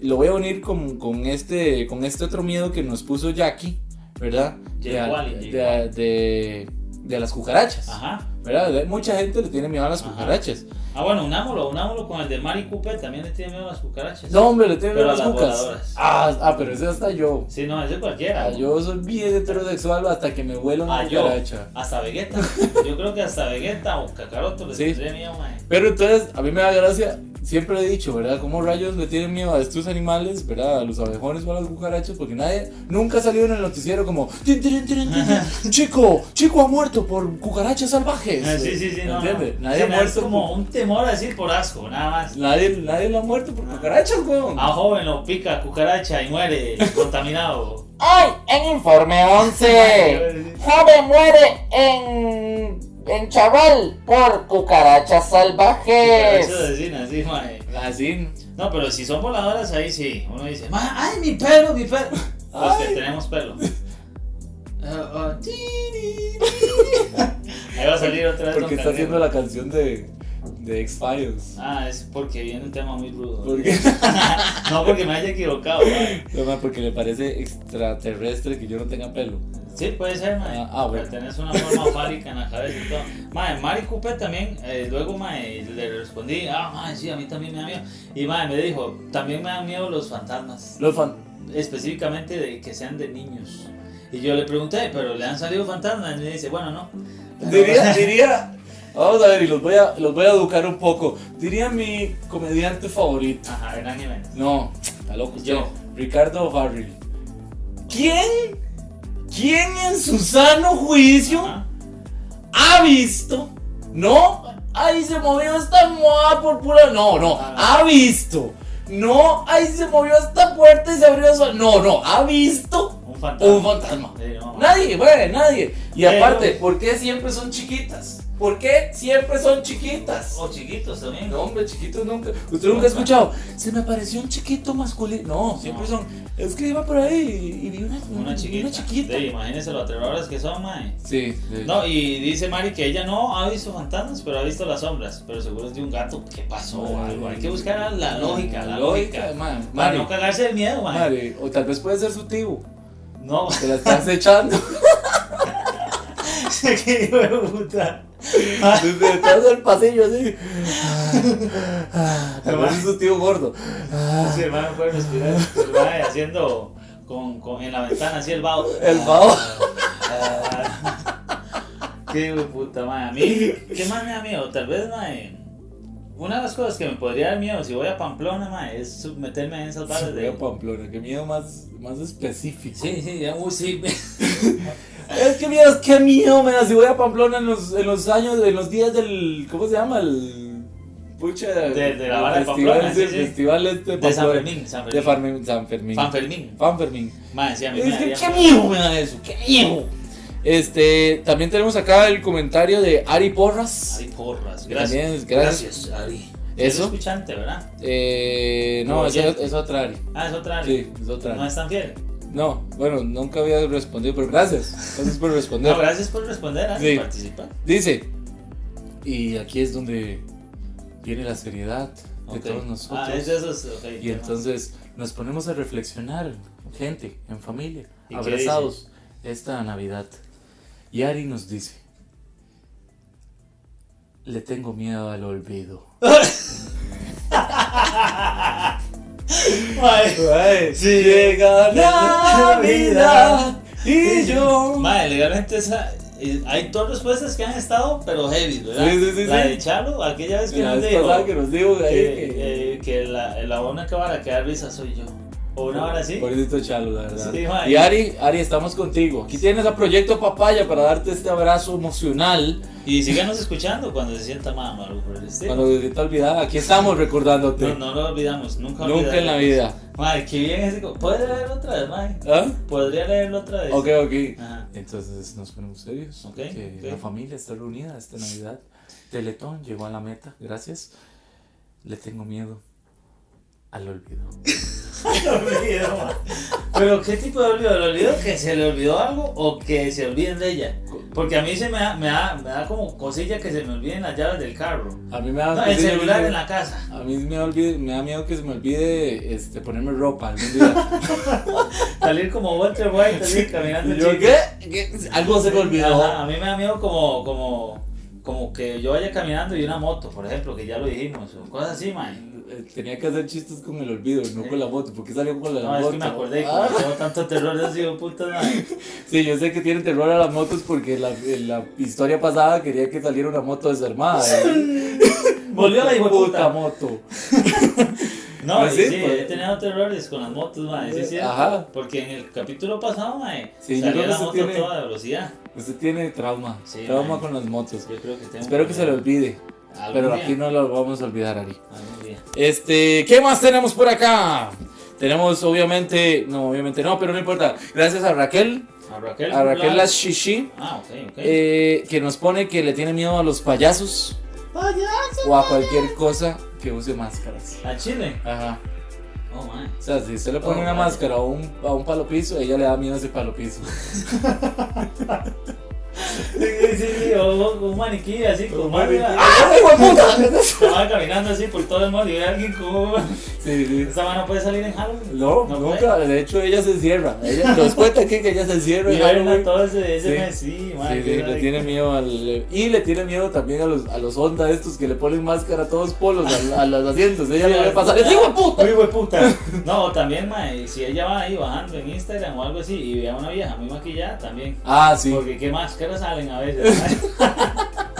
Speaker 2: lo voy a unir con, con, este, con este otro miedo que nos puso Jackie, ¿verdad? De, a-
Speaker 3: Yeguali,
Speaker 2: de, de- de las cucarachas,
Speaker 3: Ajá.
Speaker 2: ¿verdad? De- Mucha gente le tiene miedo a las
Speaker 3: Ajá.
Speaker 2: cucarachas.
Speaker 3: Ah, bueno, unámoslo, unámoslo con el de Mari Cooper. También le tiene miedo a las cucarachas.
Speaker 2: No, hombre, le tiene miedo
Speaker 3: Pero
Speaker 2: a las
Speaker 3: a las
Speaker 2: cucas.
Speaker 3: voladoras.
Speaker 2: Ah, ah, pero ese hasta yo.
Speaker 3: Sí, no, ese
Speaker 2: Ah,
Speaker 3: cualquiera.
Speaker 2: Yo soy bien heterosexual hasta que me huela una
Speaker 3: Ah, yo.
Speaker 2: cucaracha.
Speaker 3: Hasta Vegeta. Yo creo que hasta Vegeta o Kakaroto les
Speaker 2: Sí.
Speaker 3: tendría miedo, mae.
Speaker 2: Pero entonces, a mí me da gracia, siempre he dicho, ¿verdad? Cómo rayos le tienen miedo a estos animales, ¿verdad? A los abejones o a las cucarachas, porque nadie, nunca ha salido en el noticiero como, "Tin, tin, tin, tin, tin, chico, chico ha muerto por cucarachas salvajes.
Speaker 3: Ah, sí, sí, sí, no.
Speaker 2: ¿Entiendes?
Speaker 3: no.
Speaker 2: Nadie
Speaker 3: Sí,
Speaker 2: ha
Speaker 3: me
Speaker 2: muerto pues.
Speaker 3: Es como un temor a decir por asco, nada más.
Speaker 2: por- Nadie, nadie lo ha muerto
Speaker 3: Ah.
Speaker 2: por cucarachas, weón.
Speaker 3: A joven lo pica cucaracha y muere contaminado.
Speaker 6: Hoy en Informe 11, joven muere en, en Chaval por cucarachas salvajes.
Speaker 3: Cucaracha de cine, así, mae.
Speaker 2: Así.
Speaker 3: No, pero si son voladoras, ahí sí. Uno dice, "Ma, ¡ay, mi pelo, mi pelo! Los que
Speaker 2: Ay.
Speaker 3: tenemos pelo. Ah, ah, ti, ni, ni. Ahí va a salir otra vez.
Speaker 2: Porque
Speaker 3: Don
Speaker 2: está haciendo
Speaker 3: Cangrejo.
Speaker 2: la canción de, de X-Files.
Speaker 3: Ah, es porque viene un tema muy rudo.
Speaker 2: ¿Por qué?
Speaker 3: No, porque me haya equivocado. mae.
Speaker 2: No, ma, porque le parece extraterrestre que yo no tenga pelo.
Speaker 3: Sí, puede ser, mae.
Speaker 2: Ah, ah, bueno.
Speaker 3: Pero Tenés una forma fálica en la cabeza y todo. Mae, Mari Cooper también, eh, luego mae, le respondí, ah, mae, sí, a mí también me da miedo. Y mae me dijo, también me dan miedo los fantasmas,
Speaker 2: Los fan...
Speaker 3: específicamente de que sean de niños. Y yo le pregunté, ¿pero le han salido fantasmas? Y me dice, bueno, no.
Speaker 2: Diría, diría. Vamos a ver, y los voy a, los voy a educar un poco. Diría mi comediante favorito.
Speaker 3: Ajá, Hernán Jiménez.
Speaker 2: No, está loco usted.
Speaker 3: Yo.
Speaker 2: Ricardo O'Farrill. ¿Quién? ¿Quién en su sano juicio
Speaker 3: Ajá.
Speaker 2: ha visto? No, ahí se movió esta moda por pura. No, no,
Speaker 3: Ah.
Speaker 2: ha visto. No, ahí se movió esta puerta y se abrió eso. No, no, ha visto
Speaker 3: Un fantasma.
Speaker 2: un fantasma.
Speaker 3: Sí, no, mae.
Speaker 2: Nadie, güey, nadie. Y
Speaker 3: Pero-
Speaker 2: aparte, ¿por qué siempre son chiquitas? ¿Por qué siempre son chiquitas?
Speaker 3: O chiquitos también.
Speaker 2: No, hombre, chiquitos nunca. Usted nunca ha escuchado. Se me apareció un chiquito masculino. No, siempre
Speaker 3: No.
Speaker 2: son. Es que iba por ahí y, y vi una,
Speaker 3: Una chiquita.
Speaker 2: Una chiquita.
Speaker 3: Sí, imagínense lo aterradoras que son, mae.
Speaker 2: Sí, sí.
Speaker 3: No, y dice Mari que ella no ha visto fantasmas, pero ha visto las sombras. Pero seguro es de un gato. ¿Qué pasó? o algo. Hay que buscar la lógica, la lógica.
Speaker 2: man.
Speaker 3: Para
Speaker 2: Mari,
Speaker 3: no cagarse del miedo, mae.
Speaker 2: Mari, o tal vez puede ser su tío.
Speaker 3: No,
Speaker 2: Te la estás echando
Speaker 3: qué hijo de puta.
Speaker 2: desde detrás del pasillo así. Tal vez es su tío gordo. Ah.
Speaker 3: Ese hermano puede respirar. El mae haciendo con, con- en la ventana así el vaho.
Speaker 2: El vaho.
Speaker 3: Ah. Qué hijo de puta, mae. A mí, ¿qué más me da miedo? Tal vez, mae. Una de las cosas que me podría dar miedo si voy a Pamplona, mae, es meterme en esas barras
Speaker 2: Veo
Speaker 3: de.
Speaker 2: Pamplona, qué miedo más, más específico.
Speaker 3: Sí, sí, ya, uy, sí.
Speaker 2: Es que miras qué miedo, me da. Si voy a Pamplona en los, en los años, en los días del. ¿Cómo se llama? El. Pucha.
Speaker 3: De- de
Speaker 2: el
Speaker 3: la vara
Speaker 2: festival,
Speaker 3: de Pamplona,
Speaker 2: sí,
Speaker 3: sí,
Speaker 2: el
Speaker 3: sí.
Speaker 2: festival este
Speaker 3: De San
Speaker 2: Pamplona.
Speaker 3: Fermín, San
Speaker 2: De
Speaker 3: Fermín.
Speaker 2: Fermín, San Fermín.
Speaker 3: San Fermín.
Speaker 2: Fan Fermín.
Speaker 3: Mae, sí, a mí me
Speaker 2: Es que
Speaker 3: daría
Speaker 2: qué
Speaker 3: miedo.
Speaker 2: miedo me da eso, qué miedo. Este, también tenemos acá el comentario de Ari Porras.
Speaker 3: Ari Porras,
Speaker 2: Que
Speaker 3: gracias.
Speaker 2: también, gracias.
Speaker 3: gracias. Ari.
Speaker 2: ¿Eso?
Speaker 3: Es escuchante, ¿verdad?
Speaker 2: Eh, no,
Speaker 3: No,
Speaker 2: es,
Speaker 3: ya-
Speaker 2: es otra Ari.
Speaker 3: Ah, es otra Ari.
Speaker 2: Sí, es otra
Speaker 3: No
Speaker 2: Ari.
Speaker 3: es tan fiel.
Speaker 2: No, bueno, nunca había respondido, pero gracias. Gracias por responder.
Speaker 3: No, gracias por responder, Ari,
Speaker 2: Sí.
Speaker 3: participa.
Speaker 2: Dice, y aquí es donde viene la seriedad de
Speaker 3: Ok.
Speaker 2: todos nosotros.
Speaker 3: Ah, es de esos, ok.
Speaker 2: Y
Speaker 3: temas.
Speaker 2: entonces nos ponemos a reflexionar, gente, en familia,
Speaker 3: ¿Y qué
Speaker 2: abrazados esta Navidad. Y Ari nos dice, le tengo miedo al olvido.
Speaker 3: Mae,
Speaker 2: Si llega
Speaker 3: Navidad
Speaker 2: y yo...
Speaker 3: mae, legalmente esa, eh, hay dos respuestas que han estado, pero heavy, ¿verdad?
Speaker 2: Sí, sí, sí,
Speaker 3: la
Speaker 2: sí.
Speaker 3: de Chalo, aquella vez que
Speaker 2: La
Speaker 3: nos
Speaker 2: vez
Speaker 3: dijo
Speaker 2: pasada que nos dijo ahí que...
Speaker 3: que, eh, que la, la una que va a quedar risa soy yo. O una hora así.
Speaker 2: Pobrecito Chalo, la verdad.
Speaker 3: Sí, mae.
Speaker 2: y Ari, Ari, estamos contigo. Aquí tienes a Proyecto Papaya para darte este abrazo emocional.
Speaker 3: Y síganos escuchando cuando se sienta más malo por el estilo.
Speaker 2: Cuando se te olvidaba, aquí estamos recordándote.
Speaker 3: No, no lo olvidamos, nunca
Speaker 2: Nunca en la vida.
Speaker 3: Madre, qué bien ese. co- ¿Podría leerlo otra vez, madre?
Speaker 2: ¿Ah?
Speaker 3: ¿Podría leerlo otra vez?
Speaker 2: Ok, ok.
Speaker 3: Ajá.
Speaker 2: Entonces nos ponemos serios.
Speaker 3: Ok,
Speaker 2: que
Speaker 3: ok.
Speaker 2: La familia está reunida esta Navidad. Teletón llegó a la meta, gracias. Le tengo miedo al olvido.
Speaker 3: Lo olvidó, madre. Pero, ¿qué tipo de olvido? ¿El olvido que se le olvidó algo o que se olviden de ella? Porque a mí se me da, me da, me da como cosilla que se me olviden las llaves del carro.
Speaker 2: A mí me da
Speaker 3: No, el
Speaker 2: cosilla,
Speaker 3: celular
Speaker 2: yo-
Speaker 3: en la casa.
Speaker 2: A mí me, olvide- me da miedo que se me olvide este, ponerme ropa algún día.
Speaker 3: Salir como Walter White, salir caminando.
Speaker 2: Y yo,
Speaker 3: chico.
Speaker 2: ¿qué? ¿Qué? Algo se me olvidó.
Speaker 3: Ajá, a mí me da miedo como, como, como que yo vaya caminando y una moto, por ejemplo, que ya lo dijimos, o cosas así, madre.
Speaker 2: Eh, Tenía que hacer chistes con el olvido, no con la moto. ¿Por qué salió con la
Speaker 3: No,
Speaker 2: moto?
Speaker 3: es que me acordé, como
Speaker 2: Ah.
Speaker 3: tengo tanto terror, yo digo, puta madre.
Speaker 2: Sí, yo sé que tienen terror a las motos porque la, en la historia pasada quería que saliera una moto desarmada. ¿eh?
Speaker 3: Volvió la
Speaker 2: puta
Speaker 3: hijueputa.
Speaker 2: moto.
Speaker 3: No,
Speaker 2: Pues sí,
Speaker 3: sí,
Speaker 2: pues.
Speaker 3: he tenido terrores con las motos, mae, sí ¿eh? es cierto.
Speaker 2: Ajá.
Speaker 3: Porque en el capítulo pasado, mae,
Speaker 2: Sí, yo creo
Speaker 3: salía
Speaker 2: que
Speaker 3: la
Speaker 2: se
Speaker 3: moto
Speaker 2: tiene-
Speaker 3: a toda velocidad.
Speaker 2: Usted tiene trauma,
Speaker 3: Sí,
Speaker 2: trauma
Speaker 3: man.
Speaker 2: con las motos.
Speaker 3: Yo creo que tengo
Speaker 2: Espero que se le olvide,
Speaker 3: Algún
Speaker 2: pero
Speaker 3: día.
Speaker 2: aquí no lo vamos a olvidar, Ari.
Speaker 3: Algún día.
Speaker 2: Este, ¿qué más tenemos por acá? Tenemos, obviamente, no, obviamente no, pero no importa. Gracias a Raquel,
Speaker 3: A Raquel.
Speaker 2: a Raquel
Speaker 3: Blas.
Speaker 2: la Shishi,
Speaker 3: Ah, ok, ok.
Speaker 2: eh, que nos pone que le tiene miedo a los payasos o a cualquier cosa que use máscaras.
Speaker 3: A Chile.
Speaker 2: Ajá.
Speaker 3: Oh, mae.
Speaker 2: O sea, si usted le pone
Speaker 3: Oh,
Speaker 2: una
Speaker 3: vaya.
Speaker 2: máscara a un, a un palo piso, ella le da miedo a ese palo piso.
Speaker 3: Sí, sí, sí, o o un maniquí así, con máscara.
Speaker 2: ¡Ah, hijo de puta!
Speaker 3: Se va caminando así por todo el mundo y ve a alguien como.
Speaker 2: Sí, sí.
Speaker 3: Esa mano puede salir en Halloween.
Speaker 2: No,
Speaker 3: No
Speaker 2: nunca. De hecho, ella se encierra. Ella, nos cuenta aquí que ella se encierra.
Speaker 3: Y
Speaker 2: en
Speaker 3: bailan
Speaker 2: Halloween.
Speaker 3: todo ese, ese
Speaker 2: Sí.
Speaker 3: mes, sí, mae.
Speaker 2: Sí,
Speaker 3: qué
Speaker 2: sí, le
Speaker 3: raro.
Speaker 2: tiene miedo al. Y le tiene miedo también a los, a los Honda estos que le ponen máscara a todos polos, a, a los asientos. Ella le va a pasar. ¡Es hijo de puta!
Speaker 3: Uy, hijo de puta. No, también, mae, si ella va ahí bajando en Instagram o algo así y ve a una vieja muy maquillada también.
Speaker 2: Ah, sí.
Speaker 3: Porque qué máscaras salen a veces, mae.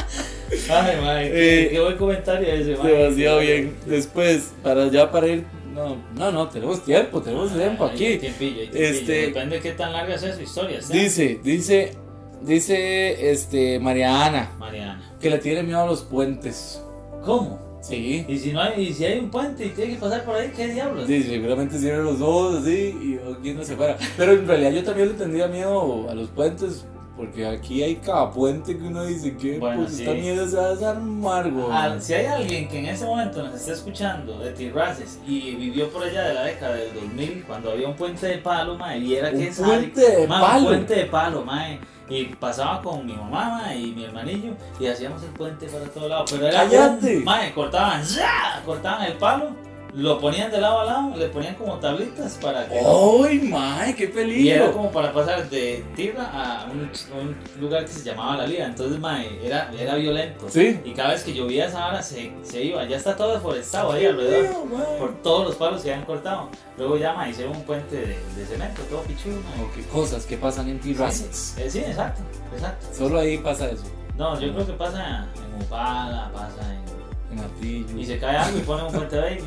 Speaker 3: Ay, mae,
Speaker 2: Eh,
Speaker 3: qué, qué buen comentario ese, mae.
Speaker 2: Demasiado bien. Después, para ya para ir. No, no, no, tenemos tiempo, tenemos tiempo
Speaker 3: Ay, hay
Speaker 2: aquí.
Speaker 3: tiempillo, hay tiempillo.
Speaker 2: Este-
Speaker 3: Depende de qué tan larga sea su historia, ¿sí?
Speaker 2: Dice, dice, dice, este, Mariana,
Speaker 3: Mariana.
Speaker 2: que le tiene miedo a los puentes.
Speaker 3: ¿Cómo?
Speaker 2: Sí.
Speaker 3: Y si no hay, y si hay un puente y tiene que pasar por ahí, ¿qué diablos?
Speaker 2: Sí, seguramente cierran los ojos así y alguien no se para. Pero en realidad yo también le tendría miedo a los puentes Porque aquí hay cada puente que uno dice que
Speaker 3: Bueno,
Speaker 2: pues
Speaker 3: sí.
Speaker 2: esta mierda se va a desarmar, güey.
Speaker 3: Al- Ah, si hay alguien que en ese momento nos está escuchando de Tirraces y vivió por allá de la década del 2000 cuando había un puente de palo, mae, y era
Speaker 2: Un
Speaker 3: que es
Speaker 2: puente de
Speaker 3: mae,
Speaker 2: palo.
Speaker 3: Un puente de palo, mae. Y pasaba con mi mamá mae, y mi hermanillo y hacíamos el puente para todos lados. Pero era
Speaker 2: ¡Cállate!
Speaker 3: un- mae, cortaban, ¡ya! cortaban el palo, lo ponían de lado a lado, le ponían como tablitas para que.
Speaker 2: ¡Ay, mae! ¡Qué
Speaker 3: Y era
Speaker 2: peligro!
Speaker 3: como para pasar de tierra a un, un lugar que se llamaba La Lira. Entonces, mae, era, era violento.
Speaker 2: Sí.
Speaker 3: Y cada vez que llovía esa hora se, se iba. Ya está todo deforestado ahí alrededor.
Speaker 2: Tío, mae.
Speaker 3: Por todos los palos que habían cortado. Luego ya, mae, hicieron un puente de, de cemento, todo pichudo, mae.
Speaker 2: Ok, cosas que pasan en T-Races.
Speaker 3: Eh, sí, exacto, exacto.
Speaker 2: Solo ahí pasa eso.
Speaker 3: No, yo creo que pasa en Upala, pasa en...
Speaker 2: En Martillo.
Speaker 3: Y se cae algo y ponen un puente ahí.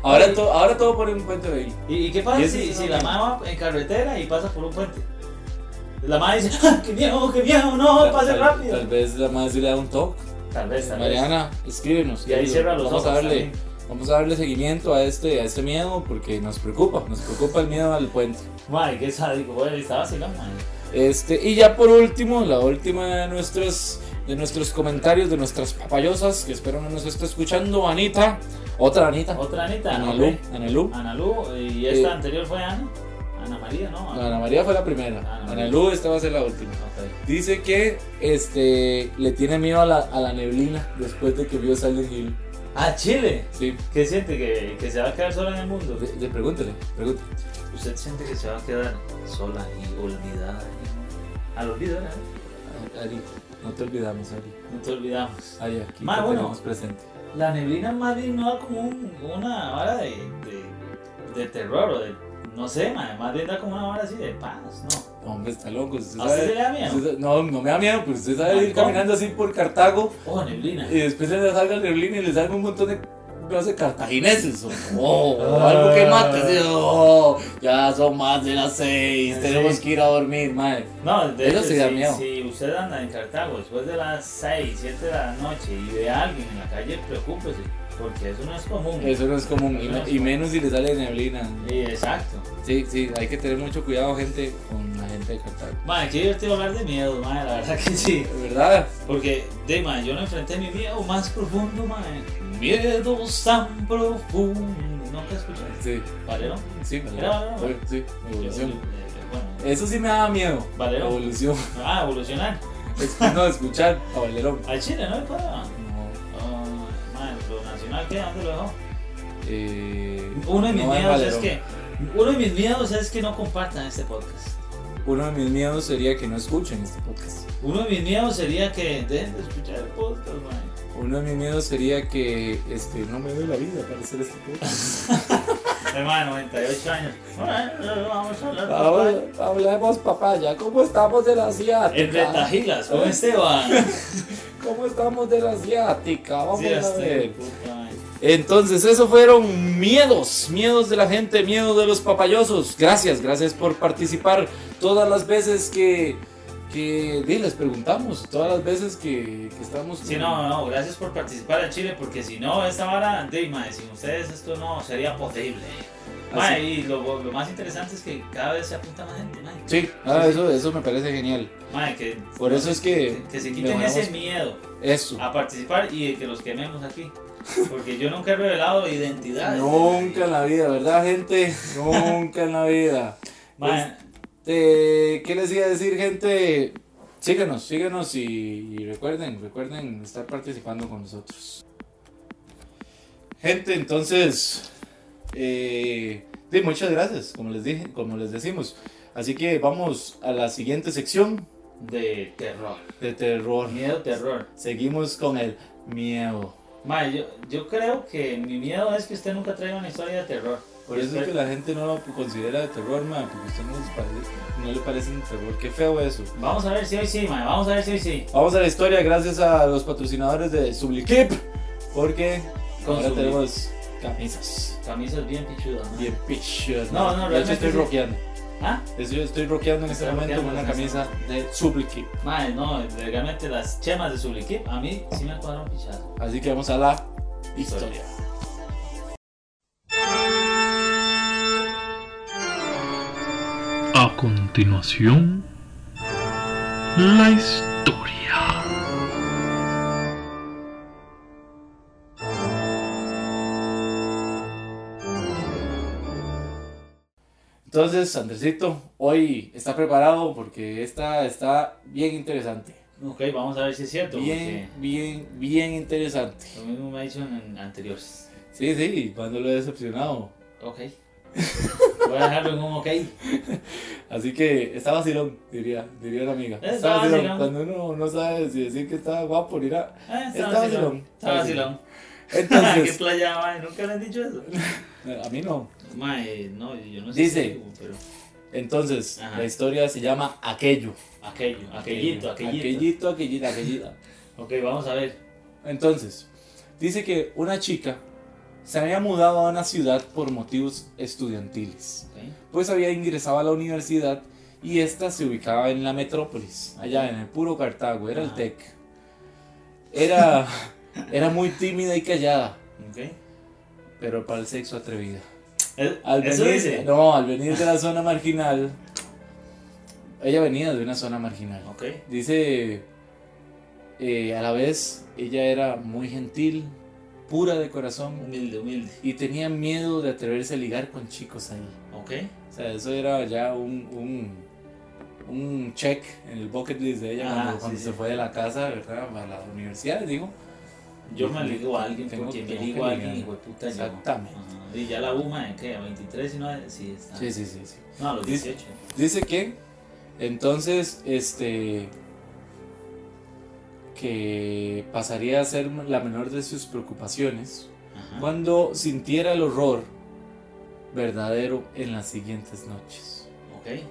Speaker 2: Ahora, to- ahora todo por un puente de ahí.
Speaker 3: ¿Y, y qué pasa
Speaker 2: Y ese
Speaker 3: si,
Speaker 2: es
Speaker 3: si
Speaker 2: una
Speaker 3: la mamá va en carretera y pasa por un puente? La mamá dice, "Ah, ¡qué viejo, qué viejo! ¡No, pase
Speaker 2: Tal-
Speaker 3: rápido!
Speaker 2: Tal vez la madre sí le da un toque.
Speaker 3: Tal vez, tal vez.
Speaker 2: Mariana, escríbenos.
Speaker 3: Y ahí
Speaker 2: querido.
Speaker 3: cierra los
Speaker 2: vamos
Speaker 3: ojos.
Speaker 2: A darle,
Speaker 3: también.
Speaker 2: vamos a darle seguimiento a este, a este miedo porque nos preocupa. Nos preocupa el miedo al puente.
Speaker 3: Madre, qué sádico. Bueno, estaba vacilando, madre.
Speaker 2: Este, y ya por último, la última de nuestros, de nuestros comentarios, de nuestras papayosas, que espero no nos esté escuchando, Anita. Otra Anita.
Speaker 3: Otra Anita.
Speaker 2: Analú. Analú.
Speaker 3: ok. Analú. Y esta
Speaker 2: Eh.
Speaker 3: anterior fue Ana. Ana María, ¿no?
Speaker 2: Ana María fue la primera.
Speaker 3: Ana María.
Speaker 2: Analú, esta va a ser la última.
Speaker 3: Ok.
Speaker 2: Dice que este, le tiene miedo a la, a la neblina después de que vio Silent Hill.
Speaker 3: Ah, Chile.
Speaker 2: Sí, pues,
Speaker 3: ¿Qué siente? ¿Que, que se va a quedar sola en el mundo?
Speaker 2: de- de- pregúntele, pregúntele.
Speaker 3: ¿Usted siente que se va a quedar sola y olvidada? en el mundo? Al olvido, ¿verdad?
Speaker 2: Ari, no te olvidamos, Ari.
Speaker 3: No te olvidamos.
Speaker 2: Ari, aquí
Speaker 3: Ma,
Speaker 2: te
Speaker 3: bueno.
Speaker 2: tenemos presente.
Speaker 3: La neblina más bien no da como un- una vara de, de, de terror o de... No sé, madre. Más bien da como una vara así de paz, ¿no?
Speaker 2: Hombre, está loco. usted
Speaker 3: ¿A Ah, usted
Speaker 2: sabe-
Speaker 3: se le da miedo?
Speaker 2: usted sabe- no, no me da miedo, pero usted sabe ir
Speaker 3: ¿Cómo?
Speaker 2: caminando así por Cartago
Speaker 3: Oh, neblina.
Speaker 2: y después le salga el neblina y le salga un montón de pedazos de cartagineses. o- o- o algo que mate. así, oh, ya son más de las seis,
Speaker 3: Ah. Sí.
Speaker 2: tenemos que ir a dormir, madre.
Speaker 3: No, de
Speaker 2: Eso
Speaker 3: hecho,
Speaker 2: sí da
Speaker 3: si,
Speaker 2: miedo.
Speaker 3: si usted anda en Cartago después de las 6, 7 de la noche y ve a alguien en la calle, preocúpese, porque eso no es común.
Speaker 2: Eso no es común, y, me- y menos si le sale neblina.
Speaker 3: Sí, exacto.
Speaker 2: Sí, sí, hay que tener mucho cuidado, gente, con la gente de Cartago.
Speaker 3: Madre, qué divertido hablar de miedo, madre, la verdad que sí.
Speaker 2: De verdad,
Speaker 3: Porque, de madre, yo no enfrenté mi miedo más profundo, madre. Miedos tan profundos. ¿Nunca escuché?
Speaker 2: sí,
Speaker 3: ¿Valero?
Speaker 2: sí, me
Speaker 3: Era, era, era.
Speaker 2: sí, evolución.
Speaker 3: Eh, Bueno,
Speaker 2: Eso sí me daba miedo.
Speaker 3: Valero.
Speaker 2: Evolución.
Speaker 3: ah, evolucionar.
Speaker 2: Es- No, escuchar a Valerón.
Speaker 3: Al Chile, ¿no? Ah,
Speaker 2: No,
Speaker 3: madre, lo nacional, ¿qué? ¿Dónde lo dejó?
Speaker 2: eh,
Speaker 3: Uno de mis
Speaker 2: no es
Speaker 3: miedos es
Speaker 2: Valerón.
Speaker 3: que uno de mis miedos es que no compartan este podcast.
Speaker 2: Uno de mis miedos sería que no escuchen este podcast.
Speaker 3: Uno de mis miedos sería que dejen de escuchar el podcast, man.
Speaker 2: Uno de mis miedos sería que este, no me dé la vida para hacer este podcast.
Speaker 3: Hermano, 98 años. Bueno, vamos a hablar.
Speaker 2: Ahora,
Speaker 3: papá.
Speaker 2: hablemos, papá, ya cómo estamos de la
Speaker 3: En
Speaker 2: asiática.
Speaker 3: retajilas, con Esteban.
Speaker 2: ¿Cómo estamos de la asiática? Vamos
Speaker 3: Sí,
Speaker 2: a
Speaker 3: hasta
Speaker 2: ver.
Speaker 3: puta, man.
Speaker 2: Entonces, esos fueron miedos, miedos de la gente, miedos de los papayosos. Gracias, gracias por participar todas las veces que, que di, les preguntamos, todas las veces que, que estamos.
Speaker 3: Sí, no, no, gracias por participar en Chile, porque si no, esta vara, de, man, sin ustedes esto no sería posible. Man,
Speaker 2: Así.
Speaker 3: y lo, lo más interesante es que cada vez se apunta más gente, man.
Speaker 2: Sí, ah, eso, eso me parece genial.
Speaker 3: Man, que,
Speaker 2: Por eso es que
Speaker 3: que, que se quiten
Speaker 2: mejoramos
Speaker 3: ese miedo.
Speaker 2: eso.
Speaker 3: a participar y de que los quememos aquí. Porque yo nunca he revelado identidad.
Speaker 2: Nunca en la vida, ¿verdad, gente? Nunca en la vida.
Speaker 3: Ma,
Speaker 2: Este, ¿Qué les iba a decir, gente? Síganos, síganos y, y recuerden, recuerden estar participando con nosotros. Gente, entonces, eh, sí, muchas gracias, como les dije, como les decimos. Así que vamos a la siguiente sección
Speaker 3: de terror.
Speaker 2: de terror.
Speaker 3: Miedo, terror.
Speaker 2: Seguimos con el miedo.
Speaker 3: Ma, yo, yo creo que mi miedo es que usted nunca traiga una historia de terror.
Speaker 2: Por eso es que la gente no lo considera de terror, man, porque a usted no, les parece, no le parece un terror. Qué feo eso.
Speaker 3: Vamos a ver si hoy sí, ma, vamos a ver si hoy sí.
Speaker 2: Vamos a la historia gracias a los patrocinadores de Sublikip, porque
Speaker 3: Con
Speaker 2: ahora
Speaker 3: Sublikip.
Speaker 2: tenemos camisas
Speaker 3: Camisas bien pichudas. ma.
Speaker 2: bien pichudas.
Speaker 3: No, no,
Speaker 2: De hecho,
Speaker 3: realmente
Speaker 2: estoy
Speaker 3: sí.
Speaker 2: rockeando.
Speaker 3: ¿Ah?
Speaker 2: De hecho, yo estoy rockeando en este
Speaker 3: Está
Speaker 2: momento con
Speaker 3: rockeando
Speaker 2: una
Speaker 3: con esa.
Speaker 2: camisa de Sublikip.
Speaker 3: Ma, no, realmente las chemas de su equipo a mí sí me cuadran pichadas.
Speaker 2: Así que vamos a la historia.
Speaker 5: A continuación,
Speaker 7: la historia.
Speaker 2: Entonces, Andresito, hoy está preparado porque esta está bien interesante.
Speaker 3: Ok, vamos a ver si es cierto.
Speaker 2: Bien, bien, bien interesante.
Speaker 3: porque Lo mismo me ha dicho en anteriores.
Speaker 2: Sí, sí, cuando lo he decepcionado.
Speaker 3: Ok. Voy a dejarlo en un ok.
Speaker 2: Así que está vacilón, diría, diría la amiga.
Speaker 3: Está
Speaker 2: Está vacilón.
Speaker 3: vacilón.
Speaker 2: Cuando uno no sabe si decir que está guapo, ni nada.
Speaker 3: Ah,
Speaker 2: Está
Speaker 3: está vacilón.
Speaker 2: vacilón.
Speaker 3: Está vacilón. ¿Qué
Speaker 2: Entonces,
Speaker 3: playa, mae? ¿eh? ¿Nunca le han dicho eso?
Speaker 2: a mí no.
Speaker 3: Mae, no, yo no sé.
Speaker 2: Dice.
Speaker 3: si digo, pero
Speaker 2: Entonces,
Speaker 3: Ajá.
Speaker 2: la historia se llama Aquello.
Speaker 3: aquello, aquellito, aquellito.
Speaker 2: Aquellito, aquellita, aquellita.
Speaker 3: Ok, vamos a ver.
Speaker 2: Entonces, dice que una chica se había mudado a una ciudad por motivos estudiantiles.
Speaker 3: Ok.
Speaker 2: Pues había ingresado a la universidad y esta se ubicaba en la metrópolis, allá en el puro Cartago, era el
Speaker 3: Ah.
Speaker 2: TEC. Era, era muy tímida y callada,
Speaker 3: okay.
Speaker 2: pero para el sexo atrevida.
Speaker 3: Eh,
Speaker 2: Al
Speaker 3: Eso
Speaker 2: venir-
Speaker 3: dice.
Speaker 2: No, al venir de la zona marginal. Ella venía de una zona marginal.
Speaker 3: Ok.
Speaker 2: Dice, eh, a la vez, ella era muy gentil, pura de corazón,
Speaker 3: Humilde, humilde.
Speaker 2: y tenía miedo de atreverse a ligar con chicos ahí.
Speaker 3: Ok.
Speaker 2: O sea, eso era ya un, un, un check en el bucket list de ella
Speaker 3: Ah,
Speaker 2: cuando,
Speaker 3: sí,
Speaker 2: cuando
Speaker 3: sí.
Speaker 2: se fue de la casa, ¿verdad? Para la universidad, digo.
Speaker 3: Yo me ligo a alguien
Speaker 2: Tengo-
Speaker 3: porque me
Speaker 2: tengo
Speaker 3: ligo
Speaker 2: que ligar.
Speaker 3: a alguien, hijo de puta. yo.
Speaker 2: Exactamente.
Speaker 3: Ajá. Y ya la UMA, ¿en qué? ¿A 23 y no? Sí, está.
Speaker 2: Sí, sí, sí, sí.
Speaker 3: No, a los
Speaker 2: Dice-
Speaker 3: 18.
Speaker 2: Dice que entonces este que pasaría a ser la menor de sus preocupaciones
Speaker 3: Ajá.
Speaker 2: cuando sintiera el horror verdadero en las siguientes noches.
Speaker 3: Ok.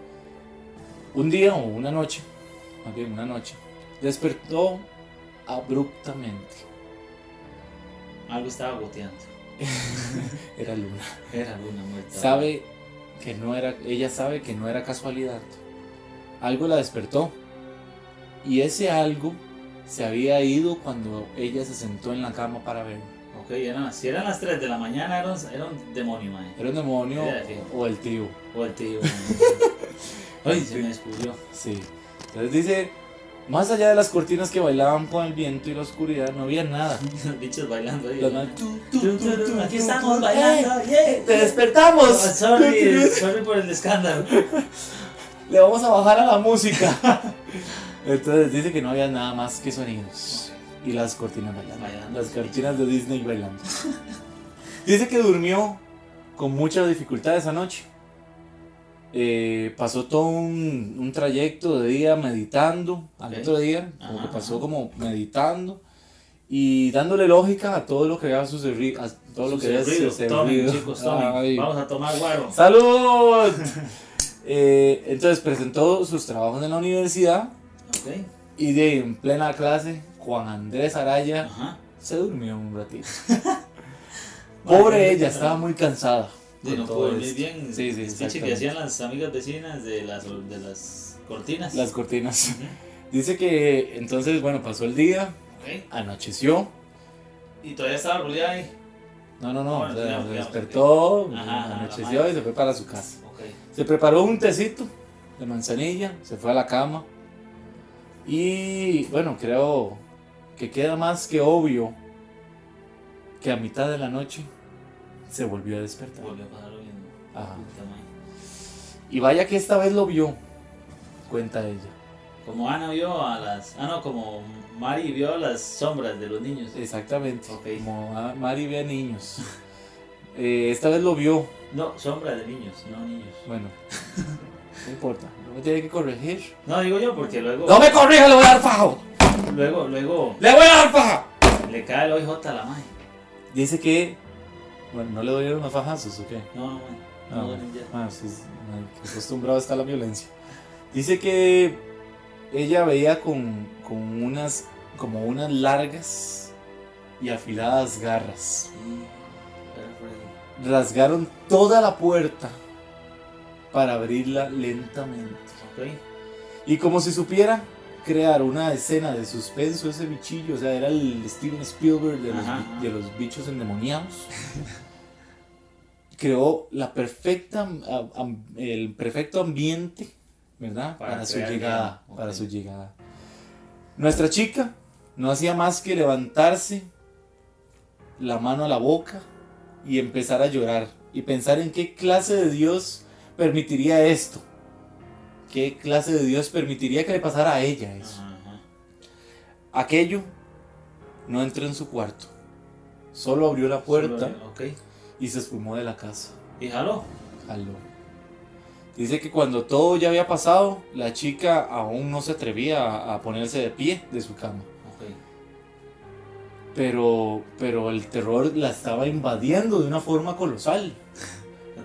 Speaker 2: Un día o una noche, más bien una noche, despertó abruptamente.
Speaker 3: Algo estaba goteando.
Speaker 2: Era Luna.
Speaker 3: Era luna muerta.
Speaker 2: Sabe que no era, ella sabe que no era casualidad. Algo la despertó y ese algo se había ido cuando ella se sentó en la cama para verlo.
Speaker 3: Ok, eran, si eran las 3 de la mañana, era un, era un demonio, mae.
Speaker 2: Era un demonio
Speaker 3: Era así.
Speaker 2: o el tío.
Speaker 3: O el tío. mae. Ay, se me descubrió.
Speaker 2: Sí. Entonces dice, más allá de las cortinas que bailaban con el viento y la oscuridad, no había nada.
Speaker 3: Los bichos bailando ahí.
Speaker 2: Los
Speaker 3: mae.
Speaker 2: más- tu, tu, tu,
Speaker 3: Tú, tú,
Speaker 2: tu,
Speaker 3: tú, Aquí
Speaker 2: tu,
Speaker 3: estamos
Speaker 2: tu.
Speaker 3: bailando.
Speaker 2: ¡Eh!
Speaker 3: yeah.
Speaker 2: ¡Te despertamos!
Speaker 3: Oh, sorry, sorry por el escándalo.
Speaker 2: Le vamos a bajar a la música. Entonces dice que no había nada más que sonidos. Y las cortinas bailando.
Speaker 3: Bailando.
Speaker 2: Las cortinas de Disney bailando. dice que durmió con mucha dificultad esa noche. Eh, pasó todo un, un trayecto de día meditando al
Speaker 3: Ok.
Speaker 2: otro día, como que
Speaker 3: Ajá,
Speaker 2: pasó
Speaker 3: ajá.
Speaker 2: como meditando y dándole lógica a todo lo que había sucedido. A todo lo que había
Speaker 3: Sucedido. Tomen,
Speaker 2: sucedido.
Speaker 3: chicos, tomen.
Speaker 2: Ay.
Speaker 3: Vamos a tomar guaro.
Speaker 2: ¡Salud! Eh, entonces presentó sus trabajos en la universidad
Speaker 3: Ok.
Speaker 2: y de en plena clase, Juan Andrés Araya
Speaker 3: Ajá.
Speaker 2: se durmió un ratito. Pobre
Speaker 3: Ay,
Speaker 2: ella,
Speaker 3: no.
Speaker 2: estaba muy cansada.
Speaker 3: Sí,
Speaker 2: con
Speaker 3: no
Speaker 2: todo
Speaker 3: puedo dormir
Speaker 2: esto.
Speaker 3: pues, bien.
Speaker 2: Sí, sí,
Speaker 3: El pinche que
Speaker 2: exactamente.
Speaker 3: hacían las amigas vecinas de las, de las cortinas.
Speaker 2: Las cortinas. Dice que entonces, bueno, pasó el día,
Speaker 3: Ok.
Speaker 2: anocheció.
Speaker 3: Y todavía estaba rodeada ahí.
Speaker 2: No, no, no,
Speaker 3: Bueno,
Speaker 2: o sea,
Speaker 3: digamos,
Speaker 2: se
Speaker 3: digamos,
Speaker 2: despertó,
Speaker 3: Ajá, ajá, la
Speaker 2: anocheció
Speaker 3: madre.
Speaker 2: y se fue para su casa.
Speaker 3: Ok.
Speaker 2: Se preparó un tecito de manzanilla, se fue a la cama. Y bueno, creo que queda más que obvio que a mitad de la noche se volvió a despertar.
Speaker 3: Volvió a pasar lo mismo.
Speaker 2: Ajá.
Speaker 3: Puta madre.
Speaker 2: Y vaya que esta vez lo vio, cuenta ella.
Speaker 3: Como Ana vio a las. Ah, no, como Mari vio a las sombras de los niños.
Speaker 2: Exactamente,
Speaker 3: Ok.
Speaker 2: como a- Mari ve a niños. Eh, esta vez lo vio,
Speaker 3: No, sombras de niños, no niños.
Speaker 2: bueno, no importa, no me tiene que corregir.
Speaker 3: No, digo yo porque luego.
Speaker 2: ¡No me corrija, le voy a dar fajo!
Speaker 3: Luego, luego
Speaker 2: ¡Le voy a dar faja!
Speaker 3: le cae el OIJ a la madre.
Speaker 2: Dice que. Bueno, ¿no le dolieron los fajazos o qué?
Speaker 3: No, no, no, no, no, ya.
Speaker 2: Ah, sí, es- ay, qué acostumbrado está a la violencia. Dice que ella veía con, con unas, como unas largas y afiladas garras.
Speaker 3: Sí, pero fue ahí.
Speaker 2: Rasgaron toda la puerta para abrirla lentamente.
Speaker 3: Ok,
Speaker 2: Y como si supiera crear una escena de suspenso ese bichillo, o sea, era el Steven Spielberg de los,
Speaker 3: Ajá.
Speaker 2: bi- de los bichos endemoniados. creó la perfecta am- am- el perfecto ambiente ¿verdad?
Speaker 3: Para
Speaker 2: Para, su
Speaker 3: crear
Speaker 2: llegada,
Speaker 3: bien,
Speaker 2: para
Speaker 3: ok.
Speaker 2: su llegada. Nuestra chica no hacía más que levantarse la mano a la boca y empezar a llorar y pensar en qué clase de Dios permitiría esto. ¿Qué clase de Dios permitiría que le pasara a ella eso?
Speaker 3: Ajá, ajá.
Speaker 2: Aquello no entró en su cuarto. Solo abrió la puerta
Speaker 3: Solo- Ok.
Speaker 2: y se esfumó de la casa.
Speaker 3: Y jaló.
Speaker 2: Aló. Dice que cuando todo ya había pasado, la chica aún no se atrevía a, a ponerse de pie de su cama.
Speaker 3: Ok.
Speaker 2: Pero, pero el terror la estaba invadiendo de una forma colosal.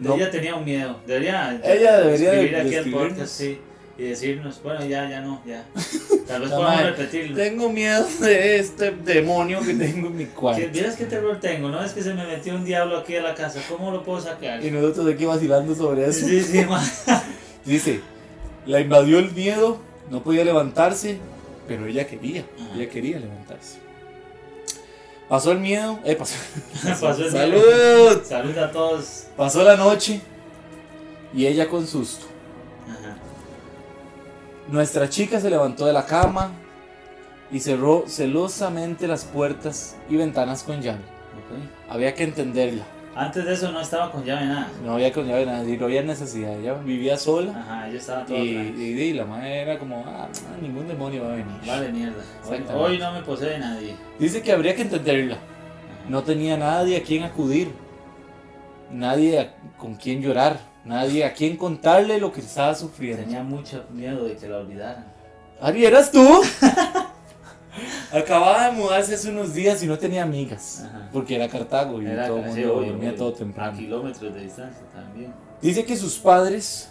Speaker 2: No.
Speaker 3: Ella tenía un miedo. Debería.
Speaker 2: Ella debería de-
Speaker 3: escribir aquí al
Speaker 2: describirnos.
Speaker 3: podcast, sí. Y decirnos, bueno, ya, ya no, ya. Tal vez
Speaker 2: Ya,
Speaker 3: podamos
Speaker 2: mae,
Speaker 3: repetirlo.
Speaker 2: Tengo miedo de este demonio que tengo en mi
Speaker 3: Que,
Speaker 2: cuarto.
Speaker 3: ¿Vieras qué terror tengo? No es que se me metió un diablo aquí a la casa. ¿Cómo lo puedo sacar?
Speaker 2: Y nosotros aquí vacilando sobre eso.
Speaker 3: Sí, sí, ma.
Speaker 2: Dice, la invadió el miedo, no podía levantarse, pero ella quería,
Speaker 3: Ajá.
Speaker 2: ella quería levantarse. Pasó el miedo, eh, pasó.
Speaker 3: Pasó el
Speaker 2: Salud.
Speaker 3: Salud a todos.
Speaker 2: Pasó la noche y ella con susto.
Speaker 3: Ajá.
Speaker 2: Nuestra chica se levantó de la cama y cerró celosamente las puertas y ventanas con llave.
Speaker 3: Ok.
Speaker 2: Había que entenderla.
Speaker 3: Antes de eso no estaba con llave nada.
Speaker 2: No había con llave nada, no había necesidad. Ella vivía sola
Speaker 3: Ajá, yo estaba
Speaker 2: y,
Speaker 3: Ah, todo tranquilo.
Speaker 2: y- y la madre era como, ah, ningún demonio va a venir.
Speaker 3: Vale, mierda. Hoy,
Speaker 2: Exactamente.
Speaker 3: hoy no me posee nadie.
Speaker 2: Dice que habría que entenderla.
Speaker 3: Ajá.
Speaker 2: No tenía nadie a quien acudir, nadie a- con quien llorar, nadie a quien contarle lo que estaba sufriendo.
Speaker 3: Tenía mucho miedo de que la olvidaran.
Speaker 2: Ari, ¿eras tú? Acababa de mudarse hace unos días y no tenía amigas.
Speaker 3: Ajá.
Speaker 2: Porque era Cartago y
Speaker 3: Era
Speaker 2: todo el
Speaker 3: casi
Speaker 2: mundo
Speaker 3: obvio,
Speaker 2: dormía
Speaker 3: obvio.
Speaker 2: todo temprano.
Speaker 3: A kilómetros de distancia también.
Speaker 2: Dice que sus padres,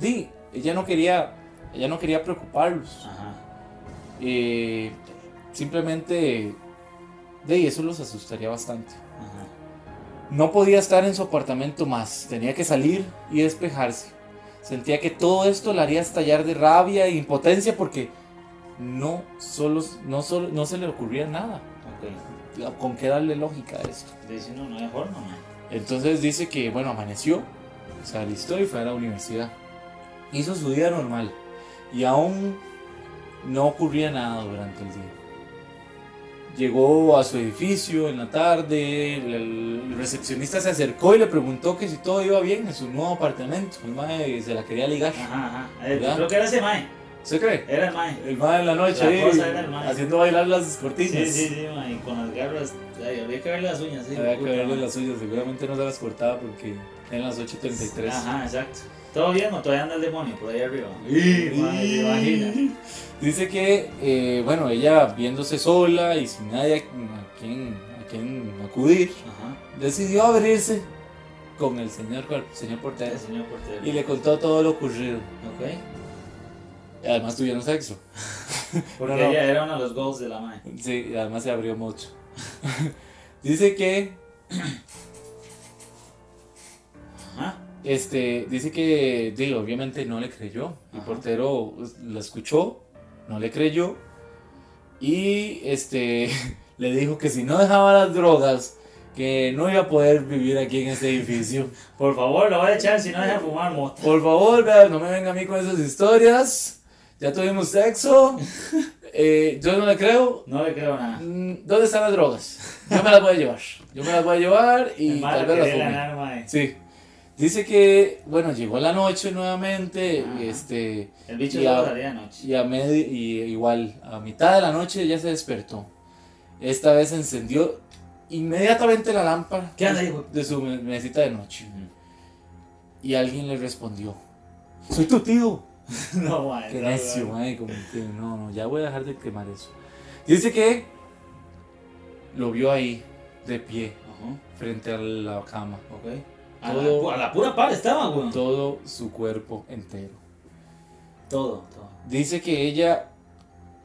Speaker 2: di, ella no quería, ella no quería
Speaker 3: Ah.
Speaker 2: preocuparlos.
Speaker 3: Ajá.
Speaker 2: Eh, simplemente, di, eso los asustaría bastante.
Speaker 3: Ajá.
Speaker 2: No podía estar en su apartamento más, tenía que salir y despejarse. Sentía que todo esto la haría estallar de rabia e impotencia porque no, solo, no, solo, no se le ocurría nada.
Speaker 3: Ok.
Speaker 2: ¿Con qué darle lógica a esto?
Speaker 3: Dice, no, no hay forma, ma.
Speaker 2: Entonces dice que, bueno, amaneció, se alistó y fue a la universidad. Hizo su día normal y aún no ocurría nada durante el día. Llegó a su edificio en la tarde, el, el recepcionista se acercó y le preguntó que si todo iba bien en su nuevo apartamento. El mae se la quería ligar.
Speaker 3: Ajá, ajá. Eh,
Speaker 2: ¿Verdad?
Speaker 3: creo que era ese mae.
Speaker 2: ¿Se cree?
Speaker 3: Era el mae.
Speaker 2: El mae en la noche
Speaker 3: La
Speaker 2: ahí,
Speaker 3: cosa era el mae.
Speaker 2: haciendo bailar las
Speaker 3: Sí,
Speaker 2: cortinas.
Speaker 3: sí, sí, mae. Y con las garras. Ay, habría que verle las uñas, sí.
Speaker 2: Había que
Speaker 3: puta,
Speaker 2: verle
Speaker 3: mae.
Speaker 2: las suyas, seguramente no se las cortaba porque eran las 8.33.
Speaker 3: Ajá, exacto. ¿Todo bien o todavía anda el demonio por ahí arriba?
Speaker 2: Y-
Speaker 3: Mae, ¿te imaginas?
Speaker 2: Dice que, eh, bueno, ella viéndose sola y sin nadie a, a quien, a quien acudir,
Speaker 3: Ajá.
Speaker 2: decidió abrirse con el señor, cuer- señor portero
Speaker 3: El señor portero.
Speaker 2: y le contó todo lo ocurrido.
Speaker 3: Ok.
Speaker 2: Y Además tuvieron sexo.
Speaker 3: Porque
Speaker 2: No, no.
Speaker 3: ella era uno de los goals de la mae.
Speaker 2: Sí, y además se abrió mucho. dice que,
Speaker 3: Ajá.
Speaker 2: este, dice que, digo, obviamente no le creyó. El
Speaker 3: Ajá.
Speaker 2: portero pues, la escuchó, no le creyó y, este, le dijo que si no dejaba las drogas, que no iba a poder vivir aquí en este edificio.
Speaker 3: Por favor, lo voy a echar si no deja fumar mota.
Speaker 2: Por favor, vea, no me venga a mí con esas historias. Ya tuvimos sexo. Eh, yo no le creo.
Speaker 3: No le creo nada.
Speaker 2: Mm, ¿Dónde están las drogas? Yo me las voy a llevar. Yo me las voy a llevar y
Speaker 3: El mae
Speaker 2: tal
Speaker 3: lo
Speaker 2: vez las
Speaker 3: quería
Speaker 2: fume.
Speaker 3: ganar, mae.
Speaker 2: Sí. Dice que, bueno, llegó la noche nuevamente.
Speaker 3: Ajá.
Speaker 2: Este,
Speaker 3: El bicho
Speaker 2: Y a-
Speaker 3: solo salía anoche.
Speaker 2: y, a medi- y igual, a mitad de la noche ella se despertó. Esta vez encendió inmediatamente la lámpara
Speaker 3: ¿Qué hace, hijo?
Speaker 2: de su me- mesita de noche. Y alguien le respondió: Soy tu tío.
Speaker 3: No, mae.
Speaker 2: Qué
Speaker 3: no,
Speaker 2: necio,
Speaker 3: mae.
Speaker 2: mae, como que no, no, ya voy a dejar de quemar eso. Dice que lo vio ahí, de pie,
Speaker 3: Ajá.
Speaker 2: frente a la cama,
Speaker 3: Ok. A la,
Speaker 2: Todo-
Speaker 3: pu- a la pura par estaba, weón. Todo,
Speaker 2: todo su cuerpo entero.
Speaker 3: todo.
Speaker 2: Dice que ella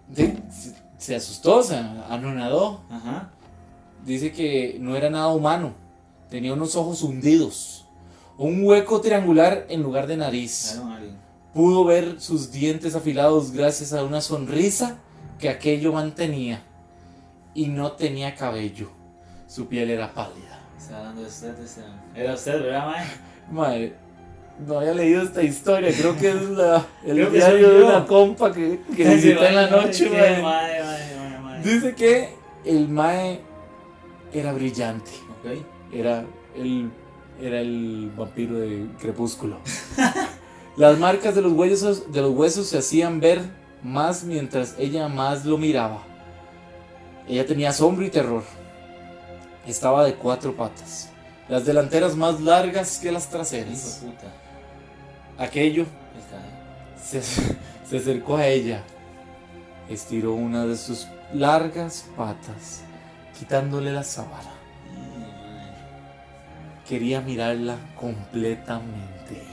Speaker 2: de- se, se asustó, se anonadó.
Speaker 3: Ajá.
Speaker 2: Dice que no era nada humano, tenía unos ojos hundidos, un hueco triangular en lugar de nariz.
Speaker 3: Era un alien.
Speaker 2: Pudo ver sus dientes afilados gracias a una sonrisa que aquello mantenía. Y no tenía cabello. Su piel era pálida.
Speaker 3: Está hablando de usted, de usted. Era usted, ¿verdad, mae?
Speaker 2: Madre, No había leído esta historia, creo que es la, el
Speaker 3: Creo que
Speaker 2: diario
Speaker 3: soy
Speaker 2: de
Speaker 3: yo.
Speaker 2: una compa que, que
Speaker 3: Sí,
Speaker 2: visité
Speaker 3: mae,
Speaker 2: en la noche,
Speaker 3: mae,
Speaker 2: mae.
Speaker 3: mae, mae, mae, mae.
Speaker 2: Dice que el mae era brillante.
Speaker 3: Ok.
Speaker 2: Era el, era el vampiro de Crepúsculo. Las marcas de los, huesos, de los huesos se hacían ver más mientras ella más lo miraba. Ella tenía asombro y terror. Estaba de cuatro patas. Las delanteras más largas que las traseras.
Speaker 3: Hijo de puta.
Speaker 2: Aquello se,
Speaker 3: Está.
Speaker 2: se acercó a ella, estiró una de sus largas patas, quitándole la sábana. Quería mirarla completamente.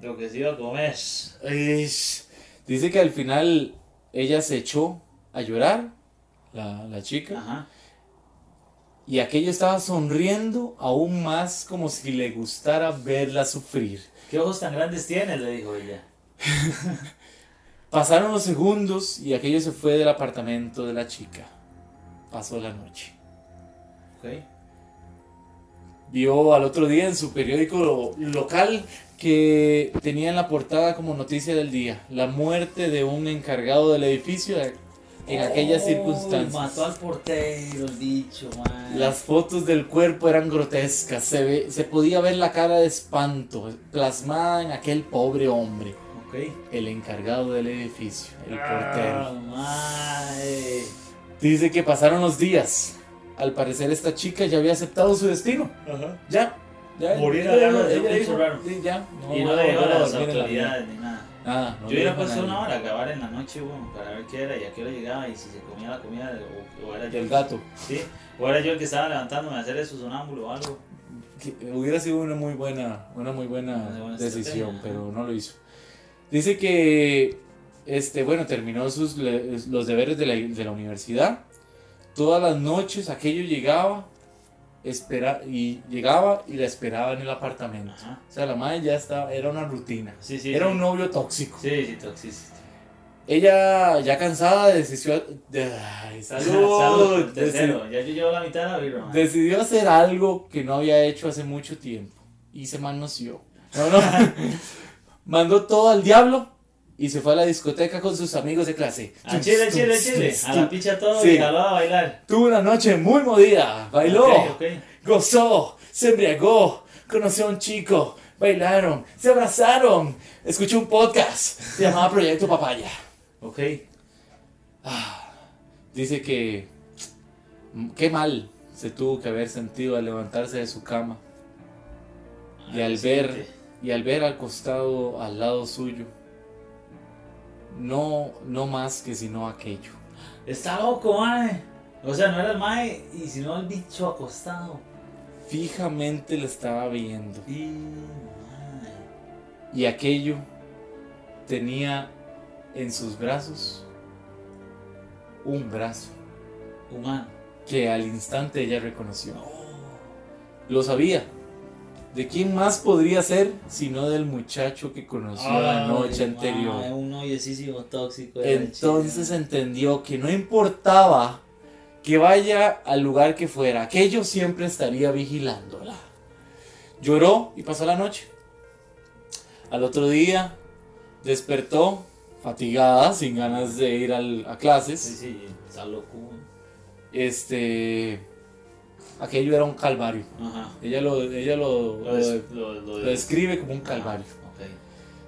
Speaker 3: Lo que se iba a comer.
Speaker 2: Ish. Dice que al final ella se echó a llorar, la, la chica,
Speaker 3: Ajá.
Speaker 2: y aquello estaba sonriendo aún más como si le gustara verla sufrir.
Speaker 3: ¿Qué ojos tan grandes tienes? Le dijo ella.
Speaker 2: Pasaron los segundos y aquello se fue del apartamento de la chica. Pasó la noche.
Speaker 3: Ok.
Speaker 2: vio al otro día en su periódico lo- local que tenía en la portada como noticia del día la muerte de un encargado del edificio de- en aquellas
Speaker 3: Oh,
Speaker 2: circunstancias.
Speaker 3: Mató al portero, el dicho, man.
Speaker 2: Las fotos del cuerpo eran grotescas, se, ve- se podía ver la cara de espanto plasmada en aquel pobre hombre,
Speaker 3: Ok.
Speaker 2: el encargado del edificio, el
Speaker 3: Ah,
Speaker 2: portero.
Speaker 3: mae.
Speaker 2: Dice que pasaron los días. Al parecer esta chica ya había aceptado su destino. Ya. ya
Speaker 3: Morir
Speaker 2: ella-
Speaker 3: a ganas de
Speaker 2: ella
Speaker 3: un
Speaker 2: dijo,
Speaker 3: bicho raro.
Speaker 2: "Sí, ya,
Speaker 3: Y
Speaker 2: voy
Speaker 3: no
Speaker 2: a
Speaker 3: le
Speaker 2: volver
Speaker 3: llevaron
Speaker 2: a
Speaker 3: a las
Speaker 2: dormir en la vida".
Speaker 3: autoridades ni nada.
Speaker 2: Nada, Ah, no
Speaker 3: Yo hubiera
Speaker 2: dijo
Speaker 3: puesto
Speaker 2: nada.
Speaker 3: una hora a grabar en la noche, bueno, para ver qué era y a qué hora llegaba y si se comía la comida de- o, o era yo.
Speaker 2: Del gato.
Speaker 3: Sí, o era yo el que estaba levantándome a hacer eso sonámbulo o algo.
Speaker 2: Que hubiera sido una muy buena, una muy buena
Speaker 3: Una buena
Speaker 2: decisión,
Speaker 3: estrategia,
Speaker 2: pero no lo hizo. Dice que, este, bueno, terminó sus, le- los deberes de la, de la universidad. Todas las noches aquello llegaba, espera, y llegaba y la esperaba en el apartamento.
Speaker 3: Ajá.
Speaker 2: O sea, la madre ya estaba, era una rutina.
Speaker 3: Sí, sí.
Speaker 2: Era
Speaker 3: sí.
Speaker 2: un novio tóxico.
Speaker 3: Sí, sí, toxicity.
Speaker 2: Ella, ya cansada, decidió, de- ay, salud,
Speaker 3: Salud,
Speaker 2: Deci-
Speaker 3: tercero. Ya yo llevo la mitad de la birra, man.
Speaker 2: Decidió hacer algo que no había hecho hace mucho tiempo y se manoseó. No, no. Mandó todo al diablo y se fue a la discoteca con sus amigos de clase.
Speaker 3: A Ah, Chile, Chile, Chile. A la picha todo
Speaker 2: Sí.
Speaker 3: y jaló a bailar.
Speaker 2: Tuvo una noche muy movida. Bailó,
Speaker 3: Ok, ok.
Speaker 2: gozó, se embriagó, conoció a un chico, bailaron, se abrazaron, escuchó un podcast. Se llamaba Proyecto Papaya. Ah,
Speaker 3: Ok.
Speaker 2: Dice que mm, qué mal se tuvo que haber sentido al levantarse de su cama Y al ver- y al ver al costado al lado suyo no no más que sino aquello.
Speaker 3: Está loco, mae. O sea, no era el mae y sino el bicho acostado.
Speaker 2: Fijamente le estaba viendo
Speaker 3: Y. mae.
Speaker 2: y aquello tenía en sus brazos un brazo
Speaker 3: Humano.
Speaker 2: que al instante ella reconoció. Lo sabía. ¿De quién más podría ser sino del muchacho que conoció la
Speaker 3: Ay,
Speaker 2: noche
Speaker 3: mae,
Speaker 2: anterior?
Speaker 3: Un hoyosísimo tóxico. era el chile,
Speaker 2: Entonces
Speaker 3: mae.
Speaker 2: entendió que no importaba que vaya al lugar que fuera, aquello siempre estaría vigilándola. Lloró y pasó la noche. Al otro día despertó fatigada, sin ganas de ir al- a clases.
Speaker 3: Sí, sí, está loco. mae.
Speaker 2: Este, aquello era un calvario.
Speaker 3: Ajá.
Speaker 2: Ella lo, ella lo,
Speaker 3: Lo, des- lo- lo-
Speaker 2: lo describe como un calvario.
Speaker 3: Ah, ok.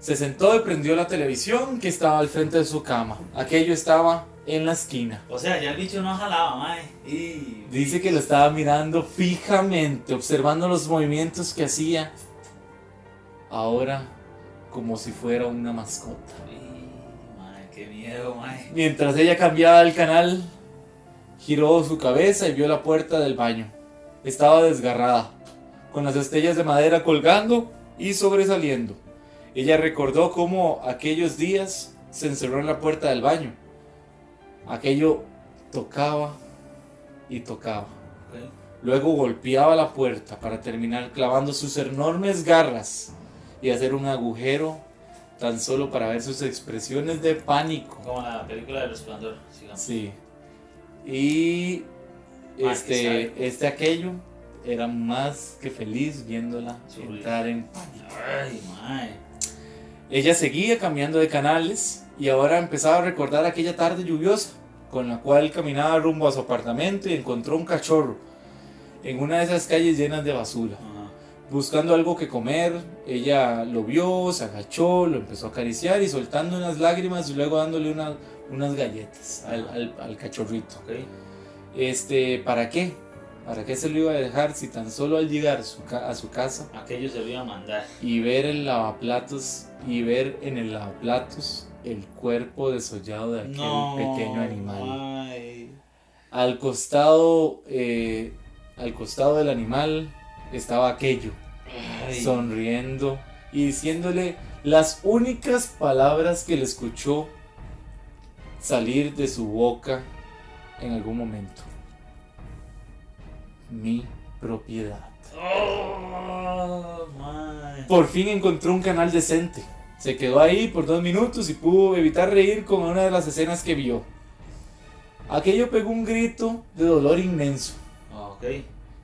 Speaker 2: Se sentó y prendió la televisión que estaba al frente de su cama. Aquello estaba en la esquina.
Speaker 3: O sea, ya el bicho no jalaba, mae. Y.
Speaker 2: Dice que lo estaba mirando fijamente, observando los movimientos que hacía. Ahora, como si fuera una mascota.
Speaker 3: Y, Mae, qué miedo, mae.
Speaker 2: Mientras ella cambiaba el canal, giró su cabeza y vio la puerta del baño. Estaba desgarrada, con las estrellas de madera colgando y sobresaliendo. Ella recordó cómo aquellos días se encerró en la puerta del baño. Aquello tocaba y tocaba.
Speaker 3: Ok.
Speaker 2: Luego golpeaba la puerta para terminar clavando sus enormes garras y hacer un agujero tan solo para ver sus expresiones de pánico.
Speaker 3: Como la película de Resplandor, sigamos.
Speaker 2: Sí. Y
Speaker 3: Ah,
Speaker 2: este,
Speaker 3: exacto.
Speaker 2: este aquello era más que feliz viéndola
Speaker 3: Sí.
Speaker 2: entrar en
Speaker 3: Ay, mae.
Speaker 2: Ella seguía cambiando de canales y ahora empezaba a recordar aquella tarde lluviosa con la cual caminaba rumbo a su apartamento y encontró un cachorro en una de esas calles llenas de basura.
Speaker 3: Ajá.
Speaker 2: Buscando algo que comer, ella lo vio, se agachó, lo empezó a acariciar y soltando unas lágrimas y luego dándole una- unas galletas al, al- al cachorrito.
Speaker 3: Ok.
Speaker 2: Este, ¿para qué? ¿Para qué se lo iba a dejar si tan solo al llegar su ca- a su casa
Speaker 3: Aquello se lo iba a mandar.
Speaker 2: y ver el lavaplatos y ver en el lavaplatos el cuerpo desollado de aquel pequeño animal.
Speaker 3: mae.
Speaker 2: Al costado, eh, al costado del animal estaba aquello,
Speaker 3: Ay.
Speaker 2: sonriendo y diciéndole las únicas palabras que le escuchó salir de su boca en algún momento. Mi propiedad.
Speaker 3: Oh, mae.
Speaker 2: Por fin encontró un canal decente. Se quedó ahí por dos minutos y pudo evitar reír con una de las escenas que vio. Aquello pegó un grito de dolor inmenso
Speaker 3: Ok.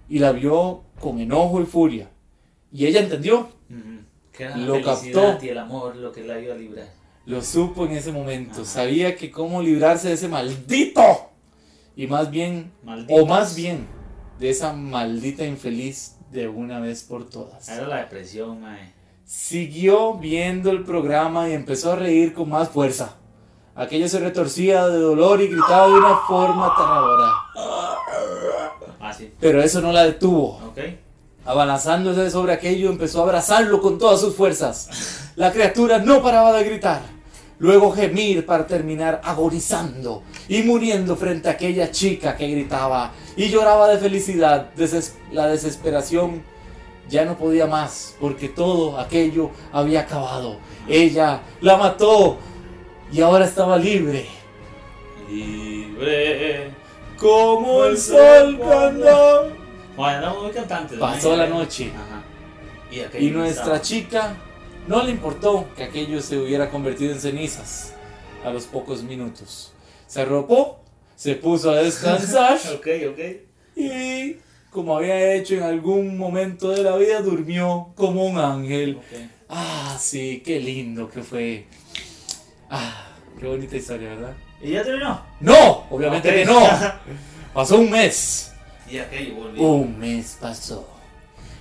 Speaker 2: y la vio con enojo y furia. Y ella entendió,
Speaker 3: Ujú. Que era
Speaker 2: Lo
Speaker 3: la felicidad
Speaker 2: captó.
Speaker 3: y el amor lo que la iba a librar.
Speaker 2: lo supo en ese momento.
Speaker 3: Ajá.
Speaker 2: Sabía que cómo librarse de ese maldito. Y más bien,
Speaker 3: Malditos.
Speaker 2: o más bien, de esa maldita infeliz de una vez por todas.
Speaker 3: Era la depresión, mae.
Speaker 2: Siguió viendo el programa y empezó a reír con más fuerza. Aquello se retorcía de dolor y gritaba de una forma aterradora.
Speaker 3: Ah, sí.
Speaker 2: Pero eso no la detuvo.
Speaker 3: Ok.
Speaker 2: Abalanzándose sobre aquello, empezó a abrazarlo con todas sus fuerzas. La criatura no paraba de gritar. Luego gemir para terminar agonizando y muriendo frente a aquella chica que gritaba y lloraba de felicidad. Deses- la desesperación ya no podía más porque todo aquello había acabado. Ella la mató y ahora estaba libre.
Speaker 3: Libre.
Speaker 2: Como el sol cuando...
Speaker 3: Bueno, andamos muy cantantes.
Speaker 2: Pasó
Speaker 3: mae.
Speaker 2: la noche.
Speaker 3: Ajá. Y, aquello
Speaker 2: Y nuestra
Speaker 3: estaba-
Speaker 2: chica no le importó que aquello se hubiera convertido en cenizas a los pocos minutos. Se arropó, se puso a descansar
Speaker 3: Ok, ok.
Speaker 2: y, como había hecho en algún momento de la vida, durmió como un ángel.
Speaker 3: okay.
Speaker 2: Ah, sí, qué lindo que fue. Ah, qué bonita historia, ¿verdad?
Speaker 3: Y ya terminó.
Speaker 2: No, obviamente
Speaker 3: Ok.
Speaker 2: que no. Pasó un mes.
Speaker 3: Y aquello volvió.
Speaker 2: Un mes pasó.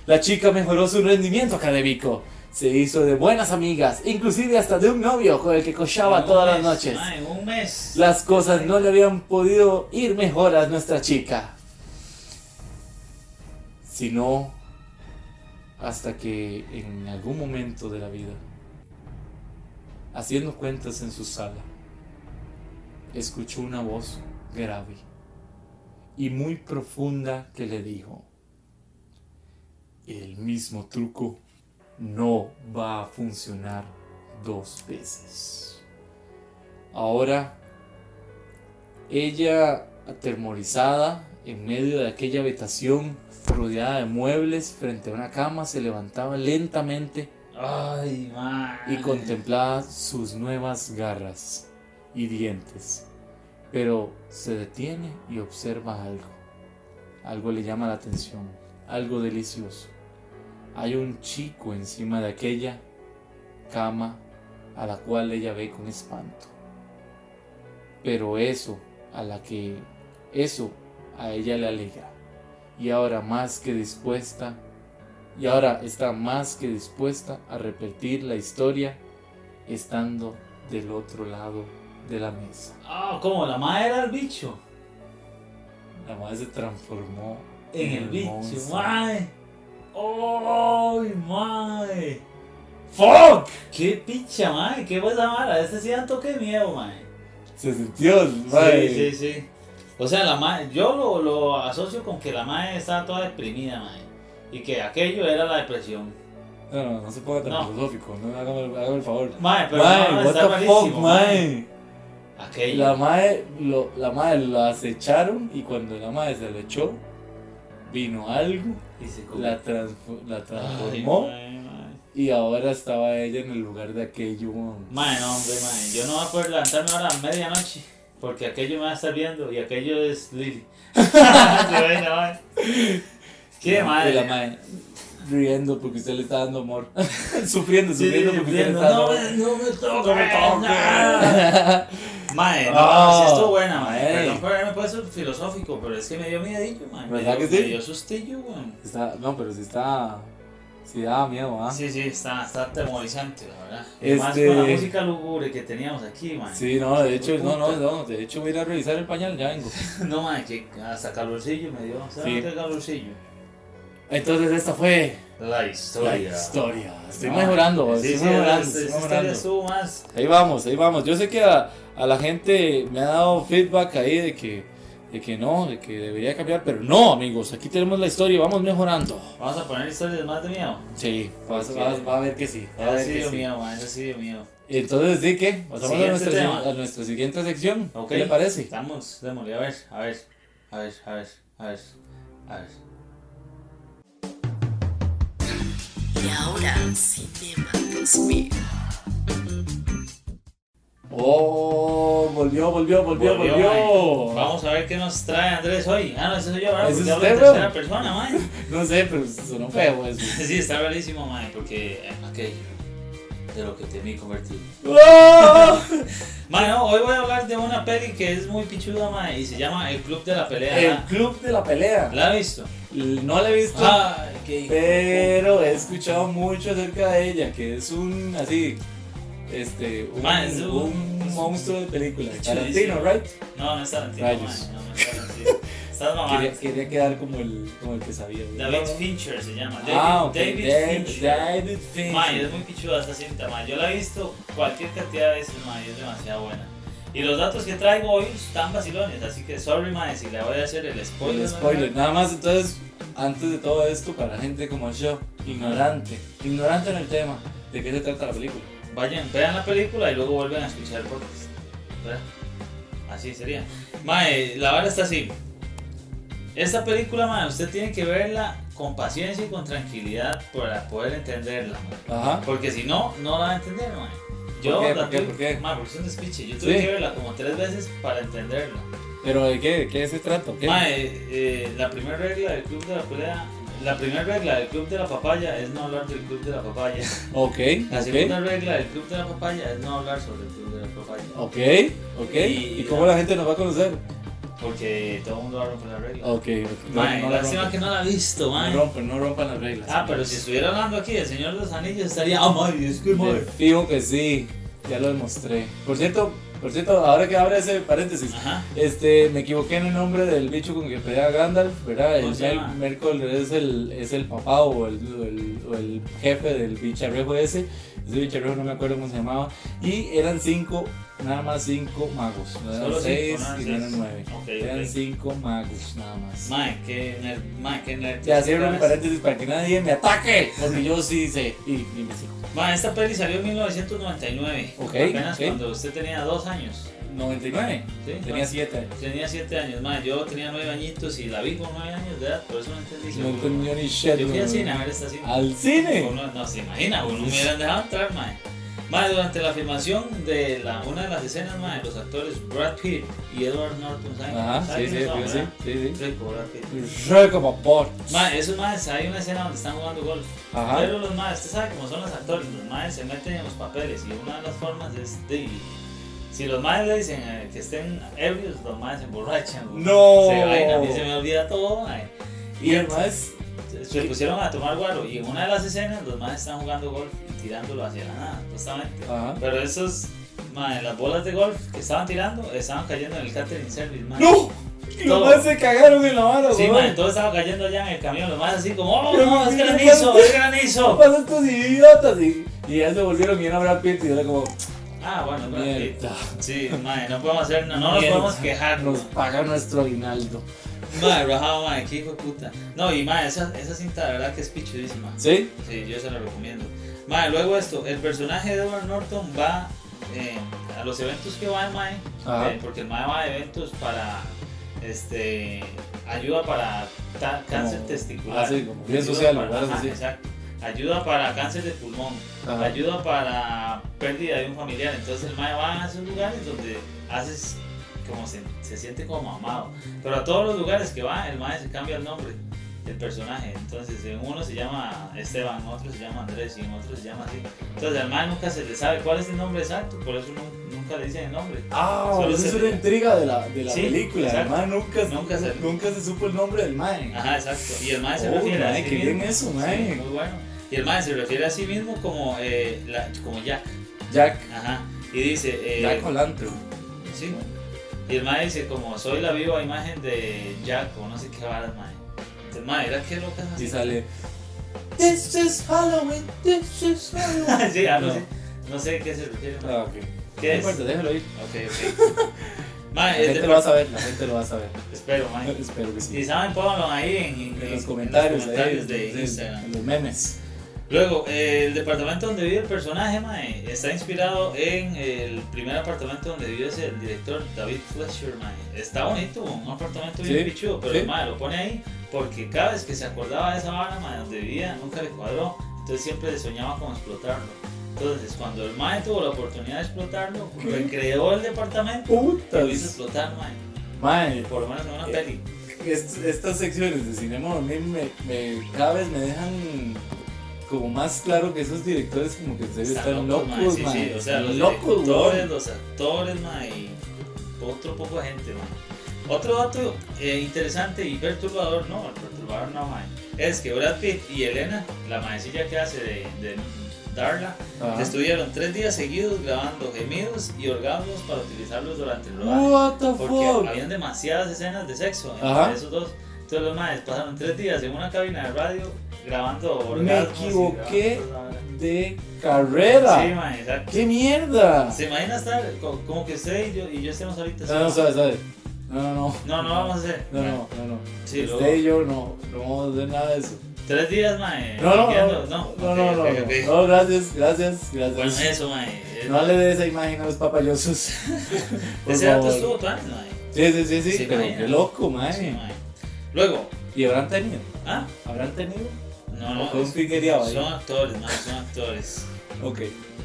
Speaker 2: La chica mejoró su rendimiento académico. Se hizo de buenas amigas, inclusive hasta de un novio con el que cochaba
Speaker 3: Un
Speaker 2: todas las
Speaker 3: mes,
Speaker 2: noches.
Speaker 3: mae, un mes.
Speaker 2: Las cosas no le habían podido ir mejor a nuestra chica. Sino hasta que en algún momento de la vida, haciendo cuentas en su sala, escuchó una voz grave y muy profunda que le dijo, el mismo truco no va a funcionar dos veces. Ahora, ella atermorizada en medio de aquella habitación rodeada de muebles frente a una cama se levantaba lentamente
Speaker 3: Ay, mae.
Speaker 2: y contemplaba sus nuevas garras y dientes. Pero se detiene y observa algo. Algo le llama la atención, algo delicioso. Hay un chico encima de aquella cama a la cual ella ve con espanto. Pero eso a la que eso a ella le alegra. Y ahora más que dispuesta y ahora está más que dispuesta a repetir la historia estando del otro lado de la mesa.
Speaker 3: Ah, ¿cómo? La madre era el bicho.
Speaker 2: La madre se transformó
Speaker 3: En el bicho,
Speaker 2: monstruo.
Speaker 3: mae. ¡Ay, mae!
Speaker 2: ¡Fuck!
Speaker 3: ¡Qué picha, mae! ¡Qué buena mala! Este sí da un toque de miedo, mae.
Speaker 2: Se sintió, mae.
Speaker 3: Sí, sí, sí. O sea, la mae, yo lo, lo asocio con que la madre estaba toda deprimida, mae. Y que aquello era la depresión.
Speaker 2: No, no, no se ponga tan
Speaker 3: No.
Speaker 2: filosófico, no, hágame, el- hágame el favor.
Speaker 3: Mae, pero no,
Speaker 2: Mae, what
Speaker 3: está
Speaker 2: the
Speaker 3: malísimo,
Speaker 2: fuck, mae.
Speaker 3: Aquello.
Speaker 2: La madre, lo, la madre lo acecharon y cuando la madre se lo echó, vino algo,
Speaker 3: y se comió.
Speaker 2: la, transfo- la
Speaker 3: Ay,
Speaker 2: transformó.
Speaker 3: mae, mae.
Speaker 2: Y ahora estaba ella en el lugar de aquello. weón.
Speaker 3: Mae, no, hombre, mae. Yo no voy a poder levantarme ahora a medianoche. Porque aquello me va a estar viendo y aquello es Lily. Se vaina, mae. Qué
Speaker 2: Y la
Speaker 3: madre.
Speaker 2: mae riendo porque usted le está dando amor. sufriendo, sufriendo
Speaker 3: Sí,
Speaker 2: porque usted le
Speaker 3: sufriendo.
Speaker 2: está dando
Speaker 3: No
Speaker 2: amor.
Speaker 3: me- no me toques.
Speaker 2: No me toques.
Speaker 3: Mae, no,
Speaker 2: Ah.
Speaker 3: sí estuvo buena, mae.
Speaker 2: Ey.
Speaker 3: Perdón por haberme puesto filosófico, pero es que me dio miedillo, mae. Me
Speaker 2: ¿Verdad
Speaker 3: dio-
Speaker 2: que sí?
Speaker 3: Me dio sustillo, weón.
Speaker 2: Está- no, pero si está. Si da miedo, ¿ah? Sí.
Speaker 3: Sí, sí, está, está atemorizante, la verdad. Y
Speaker 2: Este-
Speaker 3: Más con la música lúgubre que teníamos aquí, mae.
Speaker 2: no, de hecho, no, no, no, de hecho voy a ir a revisar el pañal, ya vengo.
Speaker 3: No, mae, que hasta calorcillo me dio. ¿Sabes
Speaker 2: Sí.
Speaker 3: qué calorcillo?
Speaker 2: Entonces esta fue
Speaker 3: La historia.
Speaker 2: la historia. Estoy
Speaker 3: Ah,
Speaker 2: mejorando,
Speaker 3: Sí,
Speaker 2: estoy
Speaker 3: sí,
Speaker 2: mejorando,
Speaker 3: esa-
Speaker 2: estoy
Speaker 3: esa historia
Speaker 2: mejorando.
Speaker 3: estuvo más.
Speaker 2: Ahí vamos, ahí vamos. Yo sé que a, a la gente me ha dado feedback ahí de que, de que no, de que debería cambiar, pero no, amigos, aquí tenemos la historia y vamos mejorando.
Speaker 3: Vamos a poner historias más de miedo.
Speaker 2: Sí, vas,
Speaker 3: Ok.
Speaker 2: vas- va a ver que sí. va a
Speaker 3: Esa
Speaker 2: ver
Speaker 3: sí
Speaker 2: que
Speaker 3: dio
Speaker 2: Ah, sí.
Speaker 3: miedo, mae. Esa sí dio miedo.
Speaker 2: Entonces, ¿de qué? Pasamos a
Speaker 3: Siguiente
Speaker 2: nuestra,
Speaker 3: tema.
Speaker 2: si- a nuestra siguiente sección.
Speaker 3: Ok.
Speaker 2: ¿Qué le parece?
Speaker 3: Estamos, démosle, a ver, a ver, a ver, a ver, a ver, a ver.
Speaker 8: Y ahora, Cinema 2000.
Speaker 2: Oh, volvió, volvió, volvió, volvió.
Speaker 3: mae. Vamos a ver qué nos trae Andrés hoy. Ah, no, ese soy yo, ¿verdad?
Speaker 2: Ese
Speaker 3: Porque
Speaker 2: Oh. es
Speaker 3: hablo en
Speaker 2: usted,
Speaker 3: tercera
Speaker 2: bro.
Speaker 3: persona, man.
Speaker 2: No sé, pero sonó feo pues. eso.
Speaker 3: Sí, está rarísimo, man, porque eh, aquello de lo que temí convertido.
Speaker 2: ¡Oh!
Speaker 3: Man, no, hoy voy a hablar de una peli que es muy pichuda, man, y se llama El Club de la
Speaker 2: El
Speaker 3: Pelea.
Speaker 2: club de la pelea.
Speaker 3: ¿La has visto?
Speaker 2: No la he visto.
Speaker 3: Ay, qué hijo de
Speaker 2: Pero he escuchado mucho acerca de ella, que es un así, este, un,
Speaker 3: Ma, es un-
Speaker 2: un monstruo de película.
Speaker 3: Chulísimo.
Speaker 2: Tarantino, right?
Speaker 3: puta. No, no es Tarantino,
Speaker 2: Rayos.
Speaker 3: man, no, no es Tarantino. Estás mamando.
Speaker 2: Quería, quería quedar como el, como el que sabía. ¿no?
Speaker 3: David Fincher se llama. David,
Speaker 2: Ah, ok.
Speaker 3: David
Speaker 2: David
Speaker 3: Fincher.
Speaker 2: David Fincher.
Speaker 3: May, es muy pichuda esta cinta, may. Yo la he visto cualquier cantidad de veces, may, es demasiado buena. Y los datos que traigo hoy están vacilones, así que sorry, may, si le voy a hacer el
Speaker 2: Por
Speaker 3: spoiler.
Speaker 2: el spoiler. Nada más, entonces, antes de todo esto, para gente como yo, ignorante, ignorante en el tema, ¿de qué se trata la película?
Speaker 3: Vayan, vean la película y luego vuelven a escuchar el podcast. ¿Verdad? Así sería. Mae, la vara está así. Esta película, mae, usted tiene que verla con paciencia y con tranquilidad para poder entenderla. mae.
Speaker 2: Ajá.
Speaker 3: Porque si no, no la va a entender, mae. Yo
Speaker 2: ¿Por qué?
Speaker 3: la
Speaker 2: ¿Por qué?
Speaker 3: tuve-
Speaker 2: ¿Por qué?
Speaker 3: mae, porque es un despiche. Yo tuve
Speaker 2: Sí.
Speaker 3: que verla como tres veces para entenderla.
Speaker 2: ¿Pero de qué? ¿De qué se trata? o qué?
Speaker 3: Mae, eh, la primera regla del club de la pelea. La primera regla del club de la papaya es no hablar del club de la papaya.
Speaker 2: Ok,
Speaker 3: La
Speaker 2: ok.
Speaker 3: segunda regla del club de la papaya es no hablar sobre el club de la papaya.
Speaker 2: Ok, ok.
Speaker 3: Y-
Speaker 2: ¿Y cómo la gente nos va a conocer?
Speaker 3: Porque todo el mundo habla por la regla.
Speaker 2: Ok, ok. No,
Speaker 3: mae,
Speaker 2: Oh. no la
Speaker 3: lástima
Speaker 2: rompan.
Speaker 3: que no la ha visto, mae.
Speaker 2: No rompan, no rompan las reglas.
Speaker 3: ah, pero si estuviera hablando aquí del Señor de los Anillos estaría. Ah, mae, es que
Speaker 2: Me
Speaker 3: mae.
Speaker 2: fijo que sí, ya lo demostré. Por cierto, por cierto, ahora que abre ese paréntesis,
Speaker 3: Ajá.
Speaker 2: este, me equivoqué en el nombre del bicho con que pelea Gandalf, ¿verdad? El
Speaker 3: ¿Cómo se llama?
Speaker 2: Mer- Mercol es el, es el papá o el, o el, o el jefe del bicharrejo ese. Ese bicharrejo no me acuerdo cómo se llamaba. Y eran cinco, nada más cinco magos. No eran
Speaker 3: Solo cinco,
Speaker 2: seis
Speaker 3: nada,
Speaker 2: y no
Speaker 3: seis.
Speaker 2: eran nueve.
Speaker 3: Ok,
Speaker 2: eran
Speaker 3: ok.
Speaker 2: cinco magos, nada más.
Speaker 3: Mae, qué nerd. Mae, qué nerd.
Speaker 2: Ya cierro mi paréntesis para que nadie me ataque, porque yo sí sé. Y, y me sé.
Speaker 3: Mae, esta peli salió en 1999.
Speaker 2: Ok,
Speaker 3: Apenas
Speaker 2: ok.
Speaker 3: cuando usted tenía dos años.
Speaker 2: 99.
Speaker 3: ¿sí?
Speaker 2: Tenía 7.
Speaker 3: Tenía siete años, mae. Yo tenía nueve añitos y la vi con nueve años de edad, por eso no entendí.
Speaker 2: No entendió ni shit.
Speaker 3: Yo fui
Speaker 2: güey.
Speaker 3: al cine a ver esta cinta.
Speaker 2: ¿Al cine?
Speaker 3: Uno, no se imagina, uno me hubieran dejado entrar, mae. Mae, durante la filmación de la, una de las escenas, mae, los actores Brad Pitt y Edward Norton, ¿saben?
Speaker 2: Ajá, sí,
Speaker 3: ¿saben
Speaker 2: sí, pues
Speaker 3: quiénes son,
Speaker 2: sí,
Speaker 3: verdad?
Speaker 2: sí, sí.
Speaker 3: Rico, Brad Pitt.
Speaker 2: Re como por.
Speaker 3: Mae, esos maes, hay una escena donde están jugando golf.
Speaker 2: Ajá.
Speaker 3: Pero los maes, usted sabe cómo son los actores, los maes se meten en los papeles y una de las formas es de... Si los maes le dicen eh, que estén ebrios, los maes se emborrachan. güey.
Speaker 2: No.
Speaker 3: Se vaina, a mí se me olvida todo, mae.
Speaker 2: Y además,
Speaker 3: Se pusieron a tomar guaro y en una de las escenas los más están jugando golf y tirándolo hacia la nada, justamente.
Speaker 2: Ajá.
Speaker 3: Pero esos, mae, las bolas de golf que estaban tirando estaban cayendo en el catering service, mae.
Speaker 2: ¡No! Y los
Speaker 3: Todo.
Speaker 2: más se cagaron en la mano,
Speaker 3: Sí,
Speaker 2: güey.
Speaker 3: mae, todo estaba cayendo allá en el camión, los más así como, ¡oh,
Speaker 2: Pero
Speaker 3: no, es
Speaker 2: mira,
Speaker 3: granizo,
Speaker 2: mira,
Speaker 3: es
Speaker 2: ¿Qué
Speaker 3: granizo!
Speaker 2: pasa estos idiotas? Y, y ya se volvieron y era Brad Pitt y era como,
Speaker 3: Ah, bueno, pero aquí-
Speaker 2: mierda.
Speaker 3: sí, mae, no podemos hacer, no, no nos
Speaker 2: Mierda.
Speaker 3: podemos quejarnos.
Speaker 2: Nos paga nuestro aguinaldo.
Speaker 3: Mae, rajado, mae, qué hijo de puta. No, y mae, esa, esa cinta la verdad que es pichudísima.
Speaker 2: ¿Sí?
Speaker 3: Sí, yo se lo recomiendo. Mae, luego esto, el personaje de Edward Norton va eh, a los eventos que va el Mae,
Speaker 2: Ajá.
Speaker 3: eh, porque el Mae va a eventos para este ayuda para ta- cáncer
Speaker 2: Como-
Speaker 3: testicular.
Speaker 2: ah, sí, como bien
Speaker 3: Ayuda
Speaker 2: social,
Speaker 3: para-
Speaker 2: lugares
Speaker 3: ajá,
Speaker 2: así.
Speaker 3: exacto. Ayuda para cáncer de pulmón,
Speaker 2: Ajá.
Speaker 3: ayuda para pérdida de un familiar. Entonces el Mae va a esos lugares donde haces como se, se siente como amado. Pero a todos los lugares que va, el Mae se cambia el nombre. del personaje. Entonces, en uno se llama Esteban, en otro se llama Andrés y en otro se llama así. Entonces, al mae nunca se le sabe cuál es el nombre exacto, por eso nu- nunca le dicen el nombre.
Speaker 2: Ah,
Speaker 3: Solo
Speaker 2: eso es
Speaker 3: se-
Speaker 2: una intriga de la, de la
Speaker 3: Sí,
Speaker 2: película. El
Speaker 3: exacto.
Speaker 2: mae nunca,
Speaker 3: Nunca se-
Speaker 2: nunca se Ah. supo el nombre del mae.
Speaker 3: Ajá, exacto. Y el mae se
Speaker 2: Uy,
Speaker 3: refiere a
Speaker 2: mae,
Speaker 3: sí
Speaker 2: qué bien
Speaker 3: mismo.
Speaker 2: eso,
Speaker 3: Sí,
Speaker 2: mae.
Speaker 3: muy bueno. Y el mae se refiere a sí mismo como, eh, la- como Jack.
Speaker 2: Jack,
Speaker 3: Ajá. Y dice. eh,
Speaker 2: Jack O'Lantern.
Speaker 3: Sí. Y el mae dice, como soy la viva imagen de Jack o no sé qué varas, mae. Entonces, mae, era que loca
Speaker 2: Y
Speaker 3: así.
Speaker 2: sale. This is Halloween, this is Halloween.
Speaker 3: sí, ah, no,
Speaker 2: No.
Speaker 3: sé. No sé a qué se refiere. mae.
Speaker 2: Ah, ok.
Speaker 3: ¿Qué
Speaker 2: No
Speaker 3: es?
Speaker 2: importa,
Speaker 3: Ok,
Speaker 2: déjalo ir.
Speaker 3: ok.
Speaker 2: La
Speaker 3: mae, es
Speaker 2: gente
Speaker 3: de
Speaker 2: lo va a saber, la gente lo va a saber.
Speaker 3: Espero, mae.
Speaker 2: Espero que
Speaker 3: Y
Speaker 2: sí.
Speaker 3: saben, pónganlo ahí en, en-
Speaker 2: En
Speaker 3: en
Speaker 2: los comentarios, ahí,
Speaker 3: comentarios de
Speaker 2: en- en-
Speaker 3: Instagram.
Speaker 2: en los memes.
Speaker 3: Luego, eh, el departamento donde vive el personaje, mae, está inspirado en el primer apartamento donde vive ese- el director David Fletcher, mae. Está bonito, un apartamento bien
Speaker 2: Sí,
Speaker 3: pichudo, pero
Speaker 2: sí.
Speaker 3: el mae lo pone ahí porque cada vez que se acordaba de esa vara, mae, donde vivía, nunca le cuadró, entonces siempre le soñaba con explotarlo. Entonces, cuando el mae tuvo la oportunidad de explotarlo, recreó el departamento y lo hizo
Speaker 2: Putas.
Speaker 3: explotar, mae,
Speaker 2: Mae,
Speaker 3: por lo menos en una
Speaker 2: Eh,
Speaker 3: peli.
Speaker 2: Est- estas secciones de cinema a mí me, me- cada vez me dejan como más claro que esos directores como que en serio
Speaker 3: Están
Speaker 2: están
Speaker 3: locos, mae,
Speaker 2: locos,
Speaker 3: sí,
Speaker 2: man.
Speaker 3: sí, o sea, los
Speaker 2: locos,
Speaker 3: directores,
Speaker 2: weón.
Speaker 3: los actores, mae, y otro poco de gente, mae. Otro dato eh, interesante y perturbador, no, perturbador no, mae, es que Brad Pitt y Elena, la maecilla que hace de, de Darla,
Speaker 2: Ajá.
Speaker 3: estuvieron tres días seguidos grabando gemidos y orgasmos para utilizarlos durante el rodaje.
Speaker 2: What the
Speaker 3: Porque
Speaker 2: fuck?
Speaker 3: habían demasiadas escenas de sexo entre
Speaker 2: Ajá.
Speaker 3: esos dos. Entonces los maes pasaron tres días en una cabina de radio grabando orgasmos.
Speaker 2: Me
Speaker 3: y
Speaker 2: equivoqué
Speaker 3: grabando
Speaker 2: de
Speaker 3: toda la vara. Sí,
Speaker 2: carrera.
Speaker 3: mae, exacto.
Speaker 2: ¡Qué mierda!
Speaker 3: ¿Se imagina estar co- como que usted y yo, y yo estemos ahorita?
Speaker 2: No, no,
Speaker 3: así?
Speaker 2: sabes, sabes. No, no,
Speaker 3: no, no vamos a hacer.
Speaker 2: no. No, no, no.
Speaker 3: Sí, luego,
Speaker 2: Usted y yo no, no vamos a hacer nada de eso.
Speaker 3: tres días, mae.
Speaker 2: No, no,
Speaker 3: quedando-
Speaker 2: no. No, no,
Speaker 3: ok,
Speaker 2: no.
Speaker 3: ok, ok.
Speaker 2: no. No, gracias, gracias,
Speaker 3: Bueno,
Speaker 2: gracias.
Speaker 3: eso, mae. Eh,
Speaker 2: No le dé esa imagen a los papayosos. por
Speaker 3: Ese dato
Speaker 2: favor.
Speaker 3: estuvo tan, mae.
Speaker 2: Sí, sí, sí, sí,
Speaker 3: Sí,
Speaker 2: pero
Speaker 3: mae.
Speaker 2: qué loco, mae.
Speaker 3: Sí, mae. Luego,
Speaker 2: ¿Y habrán tenido?
Speaker 3: ¿ah?
Speaker 2: ¿Habrán tenido?
Speaker 3: No,
Speaker 2: ¿O fue
Speaker 3: no.
Speaker 2: un piquereado ahí?
Speaker 3: Son actores, mae, son actores.
Speaker 2: Ok.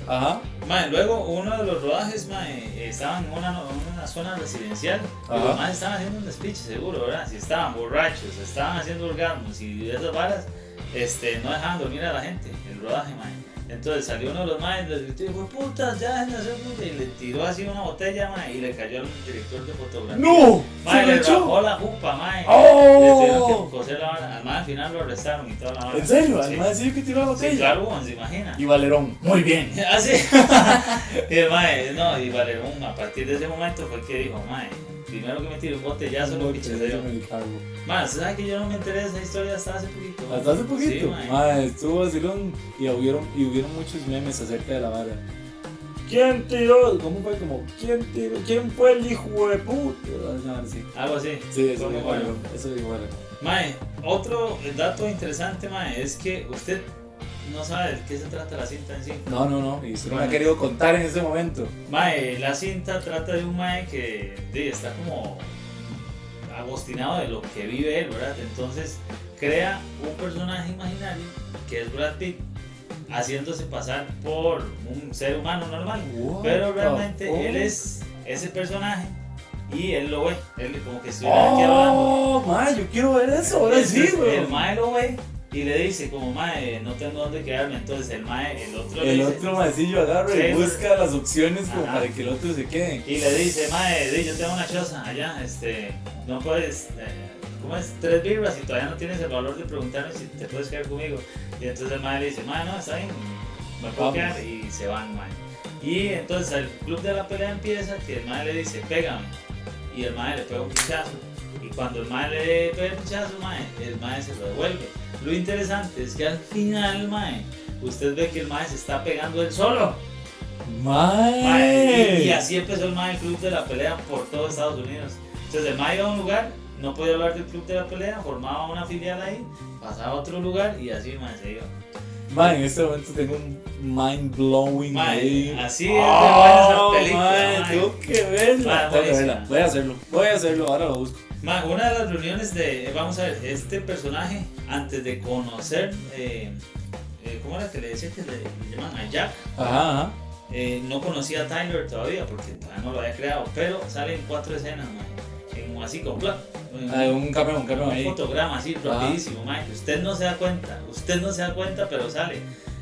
Speaker 2: Ajá.
Speaker 3: Mae, luego uno de los rodajes, mae, estaban en una, en una zona residencial. y
Speaker 2: Ajá.
Speaker 3: Los maes estaban haciendo un despiche, seguro, ¿verdad? Si estaban borrachos, estaban haciendo orgasmos y esas varas, este, no dejaban dormir a la gente, el rodaje, mae. Entonces salió uno de los maes, les gritó y dijo, putas, ya dejen de hacer puta", Y le tiró así una botella, mae, y le cayó al director de fotografía.
Speaker 2: ¡No!
Speaker 3: Mae,
Speaker 2: ¡Se lo
Speaker 3: le
Speaker 2: echó!
Speaker 3: rajó la jupa, mae.
Speaker 2: ¡Oh!
Speaker 3: Le tuvieron que coser la vara. Al mae al final lo arrestaron y toda la vara.
Speaker 2: ¿En serio?
Speaker 3: Sí.
Speaker 2: Además sí que tiró la
Speaker 3: Sí,
Speaker 2: botella.
Speaker 3: claro, bueno, se imagina.
Speaker 2: Y Valerón. Muy bien.
Speaker 3: Ah, sí. y el mae, no, y Valerón, a partir de ese momento fue que dijo, mae, primero que me tiro un botellazo, lo
Speaker 2: Muy
Speaker 3: pichadero.
Speaker 2: bien, el cargo.
Speaker 3: Mae, ¿usted sabe que yo no me enteré de esa historia hasta hace poquito?
Speaker 2: Hasta hace
Speaker 3: Sí,
Speaker 2: poquito.
Speaker 3: mae.
Speaker 2: Mae, estuvo vacilón y hubieron, y hubieron muchos memes acerca de la vara. ¿Quién tiró? ¿Cómo fue? Como, ¿quién tiró? ¿Quién fue el hijo de puta? Ah, sí.
Speaker 3: Algo así.
Speaker 2: Sí, eso
Speaker 3: Fue muy
Speaker 2: dijo
Speaker 3: bueno.
Speaker 2: Valerón. Eso dijo Valerón.
Speaker 3: Mae, otro dato interesante, mae, es que usted no sabe de qué se trata la cinta en sí.
Speaker 2: No, no, no. Y usted no me ha
Speaker 3: Bueno.
Speaker 2: querido contar en ese momento.
Speaker 3: Mae, la cinta trata de un mae que de, está como agostinado de lo que vive él, ¿verdad? Entonces crea un personaje imaginario que es Brad Pitt haciéndose pasar por un ser humano normal.
Speaker 2: What
Speaker 3: Pero
Speaker 2: the fuck?
Speaker 3: realmente él es ese personaje y él lo ve. Él como que estuviera aquí hablando.
Speaker 2: Oh, ma, yo quiero ver eso, ahora sí,
Speaker 3: Entonces,
Speaker 2: güey.
Speaker 3: El mae lo ve y le dice como mae, no tengo dónde quedarme. Entonces el mae, el otro le
Speaker 2: El
Speaker 3: dice-
Speaker 2: otro maecillo agarra y
Speaker 3: Sí,
Speaker 2: busca las opciones como
Speaker 3: Ajá.
Speaker 2: para que el otro se quede.
Speaker 3: Y le dice, mae, di, yo tengo una choza allá, este, no puedes, eh, ¿cómo es? Tres vibras y todavía no tienes el valor de preguntarme si te puedes quedar conmigo. Y entonces el mae le dice, mae, no, está bien, me puedo
Speaker 2: Vamos.
Speaker 3: quedar y se van, mae. Y entonces el club de la pelea empieza que el mae le dice, pégame. Y el mae le pega un pinchazo. Y cuando el mae le pega el pinchazo, mae, el mae se lo devuelve. Lo interesante es que al final, mae, usted ve que el mae se está pegando él solo. Mae,
Speaker 2: Mae.
Speaker 3: Y, y así empezó el Mae Club de la Pelea por todo Estados Unidos. Entonces el Mae iba a un lugar, no podía hablar del Club de la Pelea, formaba una filial ahí, pasaba a otro lugar y así Mae se iba.
Speaker 2: Mae, en este momento tengo un mind blowing
Speaker 3: Mae,
Speaker 2: ahí.
Speaker 3: así es de
Speaker 2: Oh,
Speaker 3: buena esa película,
Speaker 2: mae,
Speaker 3: mae.
Speaker 2: tengo que verla.
Speaker 3: Mae,
Speaker 2: Tengo que
Speaker 3: buenísima.
Speaker 2: verla. Voy a hacerlo, voy a hacerlo, ahora lo busco.
Speaker 3: Mae, una de las reuniones de, eh, vamos a ver, este personaje, antes de conocer, eh, eh, ¿cómo era que le decía que le, le llaman a Jack?
Speaker 2: Ajá, ajá.
Speaker 3: Eh, no conocía a Tyler todavía porque todavía no lo había creado, pero salen cuatro escenas, Mae, en- así con plan.
Speaker 2: Ah, un camión, un camión
Speaker 3: un
Speaker 2: ahí.
Speaker 3: fotograma así rapidísimo, mae, que usted no se da cuenta, usted no se da cuenta, pero sale.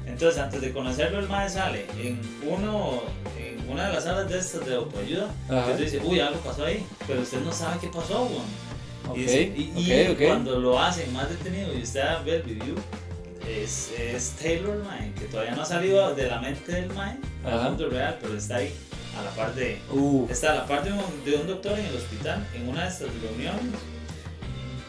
Speaker 3: Entonces, antes de conocerlo, el mae sale en uno en una de las salas de estas de autoayuda.
Speaker 2: Ajá.
Speaker 3: Usted dice, uy, algo pasó ahí, pero usted no sabe qué pasó, weón.
Speaker 2: Ok,
Speaker 3: Y es- y, y
Speaker 2: ok, ok.
Speaker 3: cuando lo hacen más detenido y usted ve el video, es, es Taylor, mae, que todavía no ha salido de la mente del mae
Speaker 2: Ajá.
Speaker 3: al mundo real, pero está ahí a la par de.
Speaker 2: Uh,
Speaker 3: Está a la parte de un, de un doctor en el hospital, en una de estas reuniones,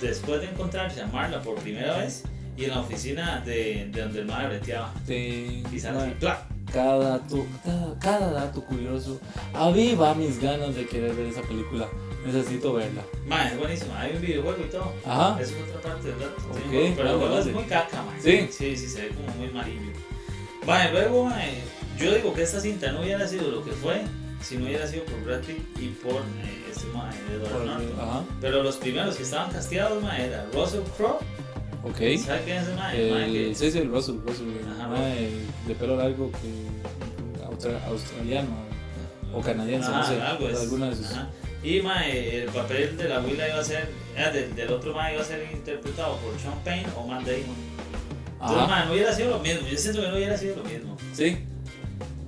Speaker 3: después de encontrarse a Marla por primera vez y en la oficina de, de donde el madre breteaba.
Speaker 2: sí,
Speaker 3: Y sale así,
Speaker 2: mae,
Speaker 3: ¡plac!
Speaker 2: cada, dato, cada, cada dato curioso aviva mis ganas de querer ver esa película. Necesito verla.
Speaker 3: Mae, es buenísimo, hay un videojuego y todo.
Speaker 2: Ajá.
Speaker 3: Eso es otra parte del dato.
Speaker 2: Ok,
Speaker 3: sí, pero el
Speaker 2: vale,
Speaker 3: juego es
Speaker 2: vale.
Speaker 3: muy caca, mae.
Speaker 2: Sí.
Speaker 3: Sí, sí, se ve como muy amarillo. Mae, luego, mae, yo digo que esta cinta no hubiera sido lo que fue si no hubiera sido por Brad Pitt y por eh, este mae, Edward Norton.
Speaker 2: Ajá,
Speaker 3: Pero los primeros que estaban casteados, mae, era Russell Crowe.
Speaker 2: ok.
Speaker 3: ¿Sabes quién es el mae? El mae que-
Speaker 2: El, sí, sí, el Russell, Russell, el
Speaker 3: Ajá,
Speaker 2: mae de pelo largo que austra- australiano o canadiense,
Speaker 3: Ajá,
Speaker 2: no sé,
Speaker 3: Ah, algo es.
Speaker 2: alguna de sus.
Speaker 3: Ajá. Y mae, el papel de la abuela iba a ser, eh, del, del otro mae iba a ser interpretado por Sean Payne o Matt Damon. Entonces,
Speaker 2: Ajá,
Speaker 3: mae, no hubiera sido lo mismo. Yo siento que no hubiera sido lo mismo.
Speaker 2: sí.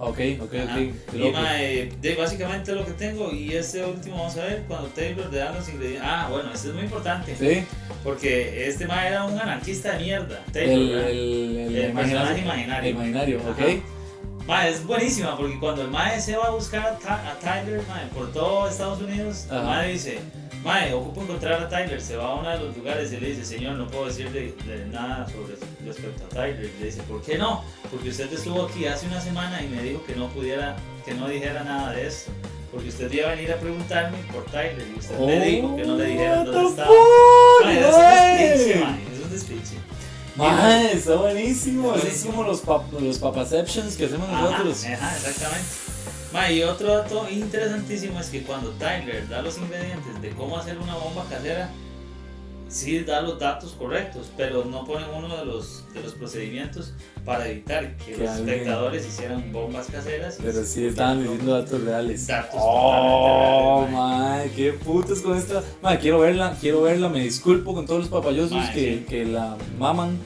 Speaker 2: Ok, ok,
Speaker 3: Ajá.
Speaker 2: ok. qué
Speaker 3: Y
Speaker 2: loco.
Speaker 3: mae, de básicamente lo que tengo. Y este último, vamos a ver, cuando Taylor le da los ingredientes. Ah, bueno, este es muy importante.
Speaker 2: Sí,
Speaker 3: Porque este mae era un anarquista de mierda. Taylor,
Speaker 2: el,
Speaker 3: ¿verdad?
Speaker 2: el, el,
Speaker 3: El
Speaker 2: imaginario.
Speaker 3: personaje imaginario.
Speaker 2: Imaginario,
Speaker 3: Ajá.
Speaker 2: ok.
Speaker 3: Mae, es buenísima porque cuando el Mae se va a buscar a, Ty- a Tyler mae, por todo Estados Unidos,
Speaker 2: Ajá.
Speaker 3: el Mae dice, Mae, ocupo encontrar a Tyler, se va a uno de los lugares y le dice, señor, no puedo decirle de nada sobre respecto a Tyler. Y le dice, ¿por qué no? Porque usted estuvo aquí hace una semana y me dijo que no pudiera, que no dijera nada de esto. Porque usted iba a venir a preguntarme por Tyler y usted me dijo que no le dijera
Speaker 2: Oh, what
Speaker 3: dónde
Speaker 2: the
Speaker 3: estaba.
Speaker 2: fuck,
Speaker 3: Mae, es un
Speaker 2: güey.
Speaker 3: despiche, Mae, es un despiche.
Speaker 2: Mae, está buenísimo.
Speaker 3: Está
Speaker 2: Es como los, pap los papaceptions que hacemos
Speaker 3: Ajá,
Speaker 2: nosotros.
Speaker 3: ajá, exactamente. Ma, y otro dato interesantísimo es que cuando Tyler da los ingredientes de cómo hacer una bomba casera, sí da los datos correctos, pero no pone uno de los, de los procedimientos para evitar que,
Speaker 2: Que
Speaker 3: los
Speaker 2: alguien-
Speaker 3: espectadores hicieran bombas caseras. y-
Speaker 2: Pero sí estaban diciendo datos reales.
Speaker 3: Datos
Speaker 2: Oh,
Speaker 3: totalmente
Speaker 2: mae,
Speaker 3: reales,
Speaker 2: qué putas con esta. Mae, quiero verla, quiero verla. Me disculpo con todos los papayosos
Speaker 3: Mae,
Speaker 2: que,
Speaker 3: sí.
Speaker 2: que la maman.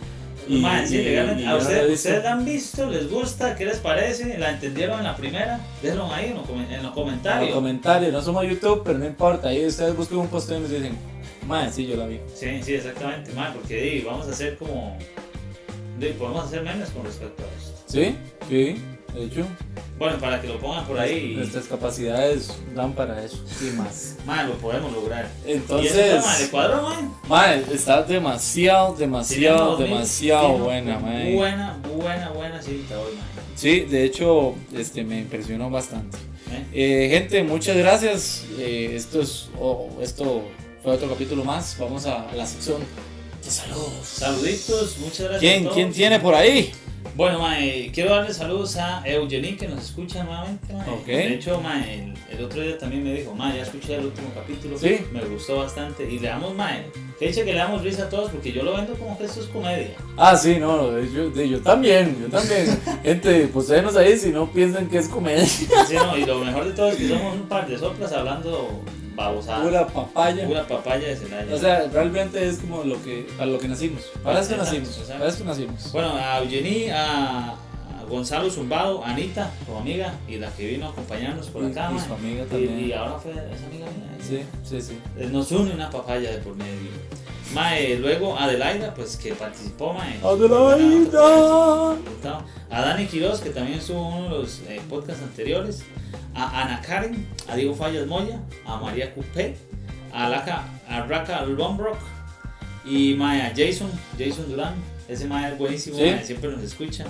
Speaker 2: Y,
Speaker 3: Ma, sí,
Speaker 2: y-
Speaker 3: legalmente.
Speaker 2: y
Speaker 3: ¿A
Speaker 2: yo no la he
Speaker 3: ustedes
Speaker 2: visto.
Speaker 3: ustedes la han visto? ¿Les gusta? ¿Qué les parece? ¿La entendieron en la primera? Déjenlo ahí en los comen- en los
Speaker 2: En los
Speaker 3: comentarios.
Speaker 2: comentarios, no somos YouTube, pero no importa. Ahí ustedes busquen un posteo y nos dicen, mae, sí, yo la vi.
Speaker 3: Sí, sí, exactamente, ma, porque di, vamos a hacer como. di, podemos hacer memes con respecto a esto.
Speaker 2: ¿Sí? Sí, de hecho.
Speaker 3: Bueno, para que lo pongan por ahí. y-
Speaker 2: Nuestras capacidades dan para eso y más.
Speaker 3: ma, lo podemos lograr. y eso fue, ma, ¿le
Speaker 2: Entonces,
Speaker 3: cuadró, ma?
Speaker 2: mae, está demasiado,
Speaker 3: Sería
Speaker 2: demasiado,
Speaker 3: uno de mis-
Speaker 2: demasiado
Speaker 3: sí,
Speaker 2: buena, mae.
Speaker 3: pues, Buena, buena, buena cinta hoy, ma.
Speaker 2: Sí, de hecho, este, me impresionó bastante.
Speaker 3: ¿Eh?
Speaker 2: Eh, gente, muchas gracias. Eh, esto es, oh, esto fue otro capítulo más. Vamos a la sección de saludos.
Speaker 3: Saluditos, muchas gracias. a
Speaker 2: ¿Quién,
Speaker 3: todos.
Speaker 2: quién tiene por ahí?
Speaker 3: Bueno, ma, eh, quiero darle saludos a Eugenie que nos escucha nuevamente. ma.
Speaker 2: Ok.
Speaker 3: De hecho, ma, el, el otro día también me dijo, ma, ya escuché el último capítulo,
Speaker 2: Sí.
Speaker 3: me gustó bastante. Y le damos, ma, fecha que le damos risa a todos porque yo lo vendo como que esto es comedia.
Speaker 2: Ah, sí, no, eh, yo, de- yo también, yo también. gente, pues déjenos ahí si no piensan que es comedia.
Speaker 3: Sí, no, y lo mejor de todo es que somos un par de soplas hablando babosadas.
Speaker 2: Pura papaya.
Speaker 3: Pura papaya de Celaya.
Speaker 2: O sea, realmente es como lo que, para lo que nacimos. Para eso
Speaker 3: Exacto,
Speaker 2: nacimos,
Speaker 3: exacto.
Speaker 2: para eso nacimos.
Speaker 3: bueno, a Eugenie, a, a Gonzalo Zumbado, a Anita, tu amiga, y la que vino a acompañarnos por acá.
Speaker 2: Y- y
Speaker 3: ma.
Speaker 2: su amiga
Speaker 3: Y-
Speaker 2: también.
Speaker 3: Y, ahora fue esa amiga mía.
Speaker 2: Sí, sí, sí.
Speaker 3: Eh, Nos une una papaya de por medio. Mae, luego Adelaida, pues que participó, Mae.
Speaker 2: Adelaida.
Speaker 3: A Dani Quiroz, que también estuvo en uno de los eh, podcasts anteriores. A Ana Karen, a Diego Fallas Moya, a María Coupé, a, Laca, a Raka Lombrock y Mae, a Jason, Jason Durán. Ese Mae es buenísimo,
Speaker 2: Sí.
Speaker 3: mae, siempre nos escucha.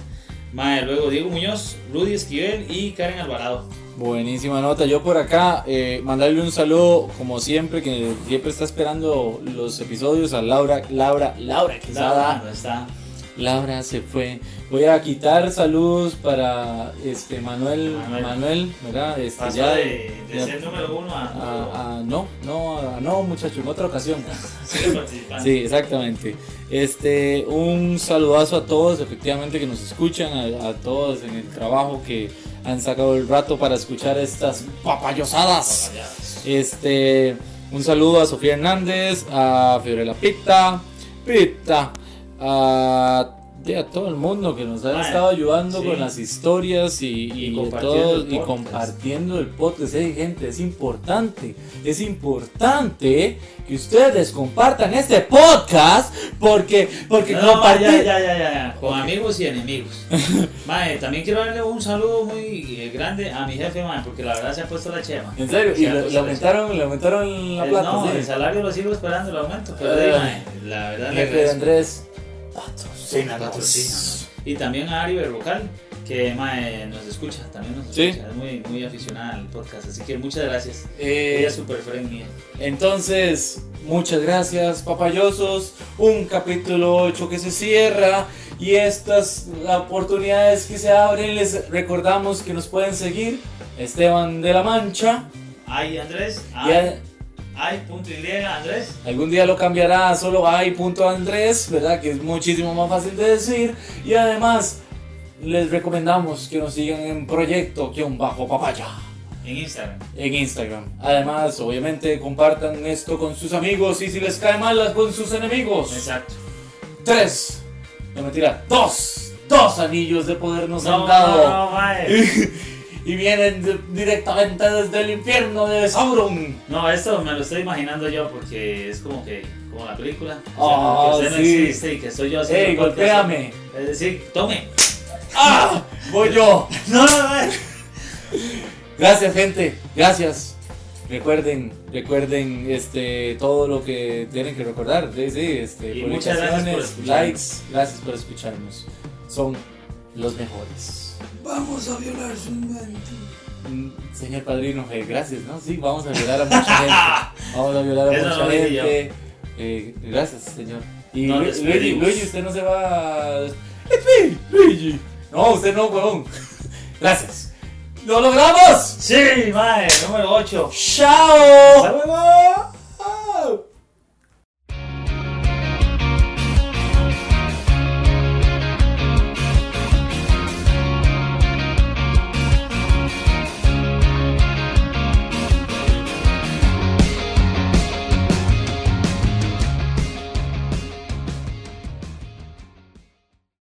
Speaker 3: Mae, luego Diego Muñoz, Rudy Esquivel y Karen Alvarado.
Speaker 2: Buenísima nota. Yo por acá eh, mandarle un saludo, como siempre, que siempre está esperando los episodios a Laura, Laura, Laura
Speaker 3: Laura,
Speaker 2: Quesada.
Speaker 3: no está.
Speaker 2: Laura se fue. Voy a quitar saludos para este Manuel, Manuel,
Speaker 3: Manuel.
Speaker 2: ¿verdad? Este,
Speaker 3: Pasó
Speaker 2: ya-
Speaker 3: de, de
Speaker 2: ya-
Speaker 3: ser número uno a,
Speaker 2: a- a- no, no, a- no, muchacho, en otra ocasión.
Speaker 3: ser participante.
Speaker 2: Sí, exactamente. Este, un saludazo a todos, efectivamente, que nos escuchan, a, a todos en el trabajo que han sacado el rato para escuchar estas papayosadas.
Speaker 3: Papayadas.
Speaker 2: Este, Un saludo a Sofía Hernández, a Fiorella Pita, Pita, a, de a todo el mundo que nos han
Speaker 3: Mae,
Speaker 2: estado ayudando
Speaker 3: sí.
Speaker 2: con las historias y, y, de
Speaker 3: compartiendo
Speaker 2: todo,
Speaker 3: el
Speaker 2: y
Speaker 3: podcast.
Speaker 2: compartiendo el podcast. Hey, gente, es importante, es importante que ustedes compartan este podcast porque, porque
Speaker 3: No, no,
Speaker 2: compartir.
Speaker 3: ya, ya, ya, ya, ya. Con amigos y enemigos. Mae, también quiero darle un saludo muy eh, grande a mi jefe, mae, porque la verdad se ha puesto la chema.
Speaker 2: En serio, y
Speaker 3: Se ha
Speaker 2: le,
Speaker 3: puesto
Speaker 2: le
Speaker 3: la
Speaker 2: aumentaron, le aumentaron la
Speaker 3: pues, Eh,
Speaker 2: plata.
Speaker 3: no,
Speaker 2: sí.
Speaker 3: el salario lo sigo esperando, el aumento. Pero,
Speaker 2: Eh,
Speaker 3: eh, mae, la verdad,
Speaker 2: Jefe
Speaker 3: le
Speaker 2: de
Speaker 3: agradezco.
Speaker 2: Andrés.
Speaker 3: Ah, Patrocínanos. Y también a Ari Berrocal, que mae, nos escucha, también nos
Speaker 2: Sí.
Speaker 3: escucha. Es muy, muy aficionada al podcast, así que muchas gracias.
Speaker 2: Eh,
Speaker 3: Ella es súper friend mía.
Speaker 2: Entonces, muchas gracias, papayosos. Un capítulo 8 que se cierra y estas oportunidades que se abren, les recordamos que nos pueden seguir. Esteban de la Mancha.
Speaker 3: Ay, Andrés.
Speaker 2: Y
Speaker 3: Ay,
Speaker 2: a-
Speaker 3: ay, punto y griega, Andrés.
Speaker 2: algún día lo cambiará a solo ay.andrés, ¿verdad? Que es muchísimo más fácil de decir. Y además, les recomendamos que nos sigan en Proyecto-Papaya.
Speaker 3: En Instagram.
Speaker 2: en Instagram. Además, obviamente, compartan esto con sus amigos y si les cae mal, con sus enemigos.
Speaker 3: Exacto.
Speaker 2: Tres, no mentira, dos, dos anillos de poder nos han
Speaker 3: No,
Speaker 2: dado.
Speaker 3: no, no, mae.
Speaker 2: Y vienen de- directamente desde el infierno de Sauron.
Speaker 3: No, esto me lo estoy imaginando yo porque es como que, como la película.
Speaker 2: Ah,
Speaker 3: que usted
Speaker 2: sí.
Speaker 3: no existe y que soy yo haciendo
Speaker 2: ¡Ey,
Speaker 3: podcast.
Speaker 2: golpéame!
Speaker 3: Es decir, tome.
Speaker 2: ¡Ah! Voy yo.
Speaker 3: No, no, no.
Speaker 2: Gracias, gente. Gracias. Recuerden, recuerden este todo lo que tienen que recordar. Sí, sí, este,
Speaker 3: Y muchas gracias por
Speaker 2: publicaciones,
Speaker 3: escucharnos.
Speaker 2: likes, gracias por escucharnos. Son los mejores.
Speaker 1: Vamos a violar su mente.
Speaker 2: Mm, Señor padrino, eh, gracias, ¿no? Sí, vamos a violar a mucha gente. Vamos a violar a
Speaker 3: Eso
Speaker 2: mucha
Speaker 3: lo dije yo.
Speaker 2: gente. Eh, gracias, señor. Y
Speaker 3: Nos
Speaker 2: Lu- Luigi,
Speaker 3: despedimos.
Speaker 2: Luigi, usted no se va. a- ¡Epi, Luigi! No, usted no, huevón. Gracias. ¡Lo logramos!
Speaker 3: Sí, mae, número 8.
Speaker 2: ¡Chao!
Speaker 3: ¡Hasta luego!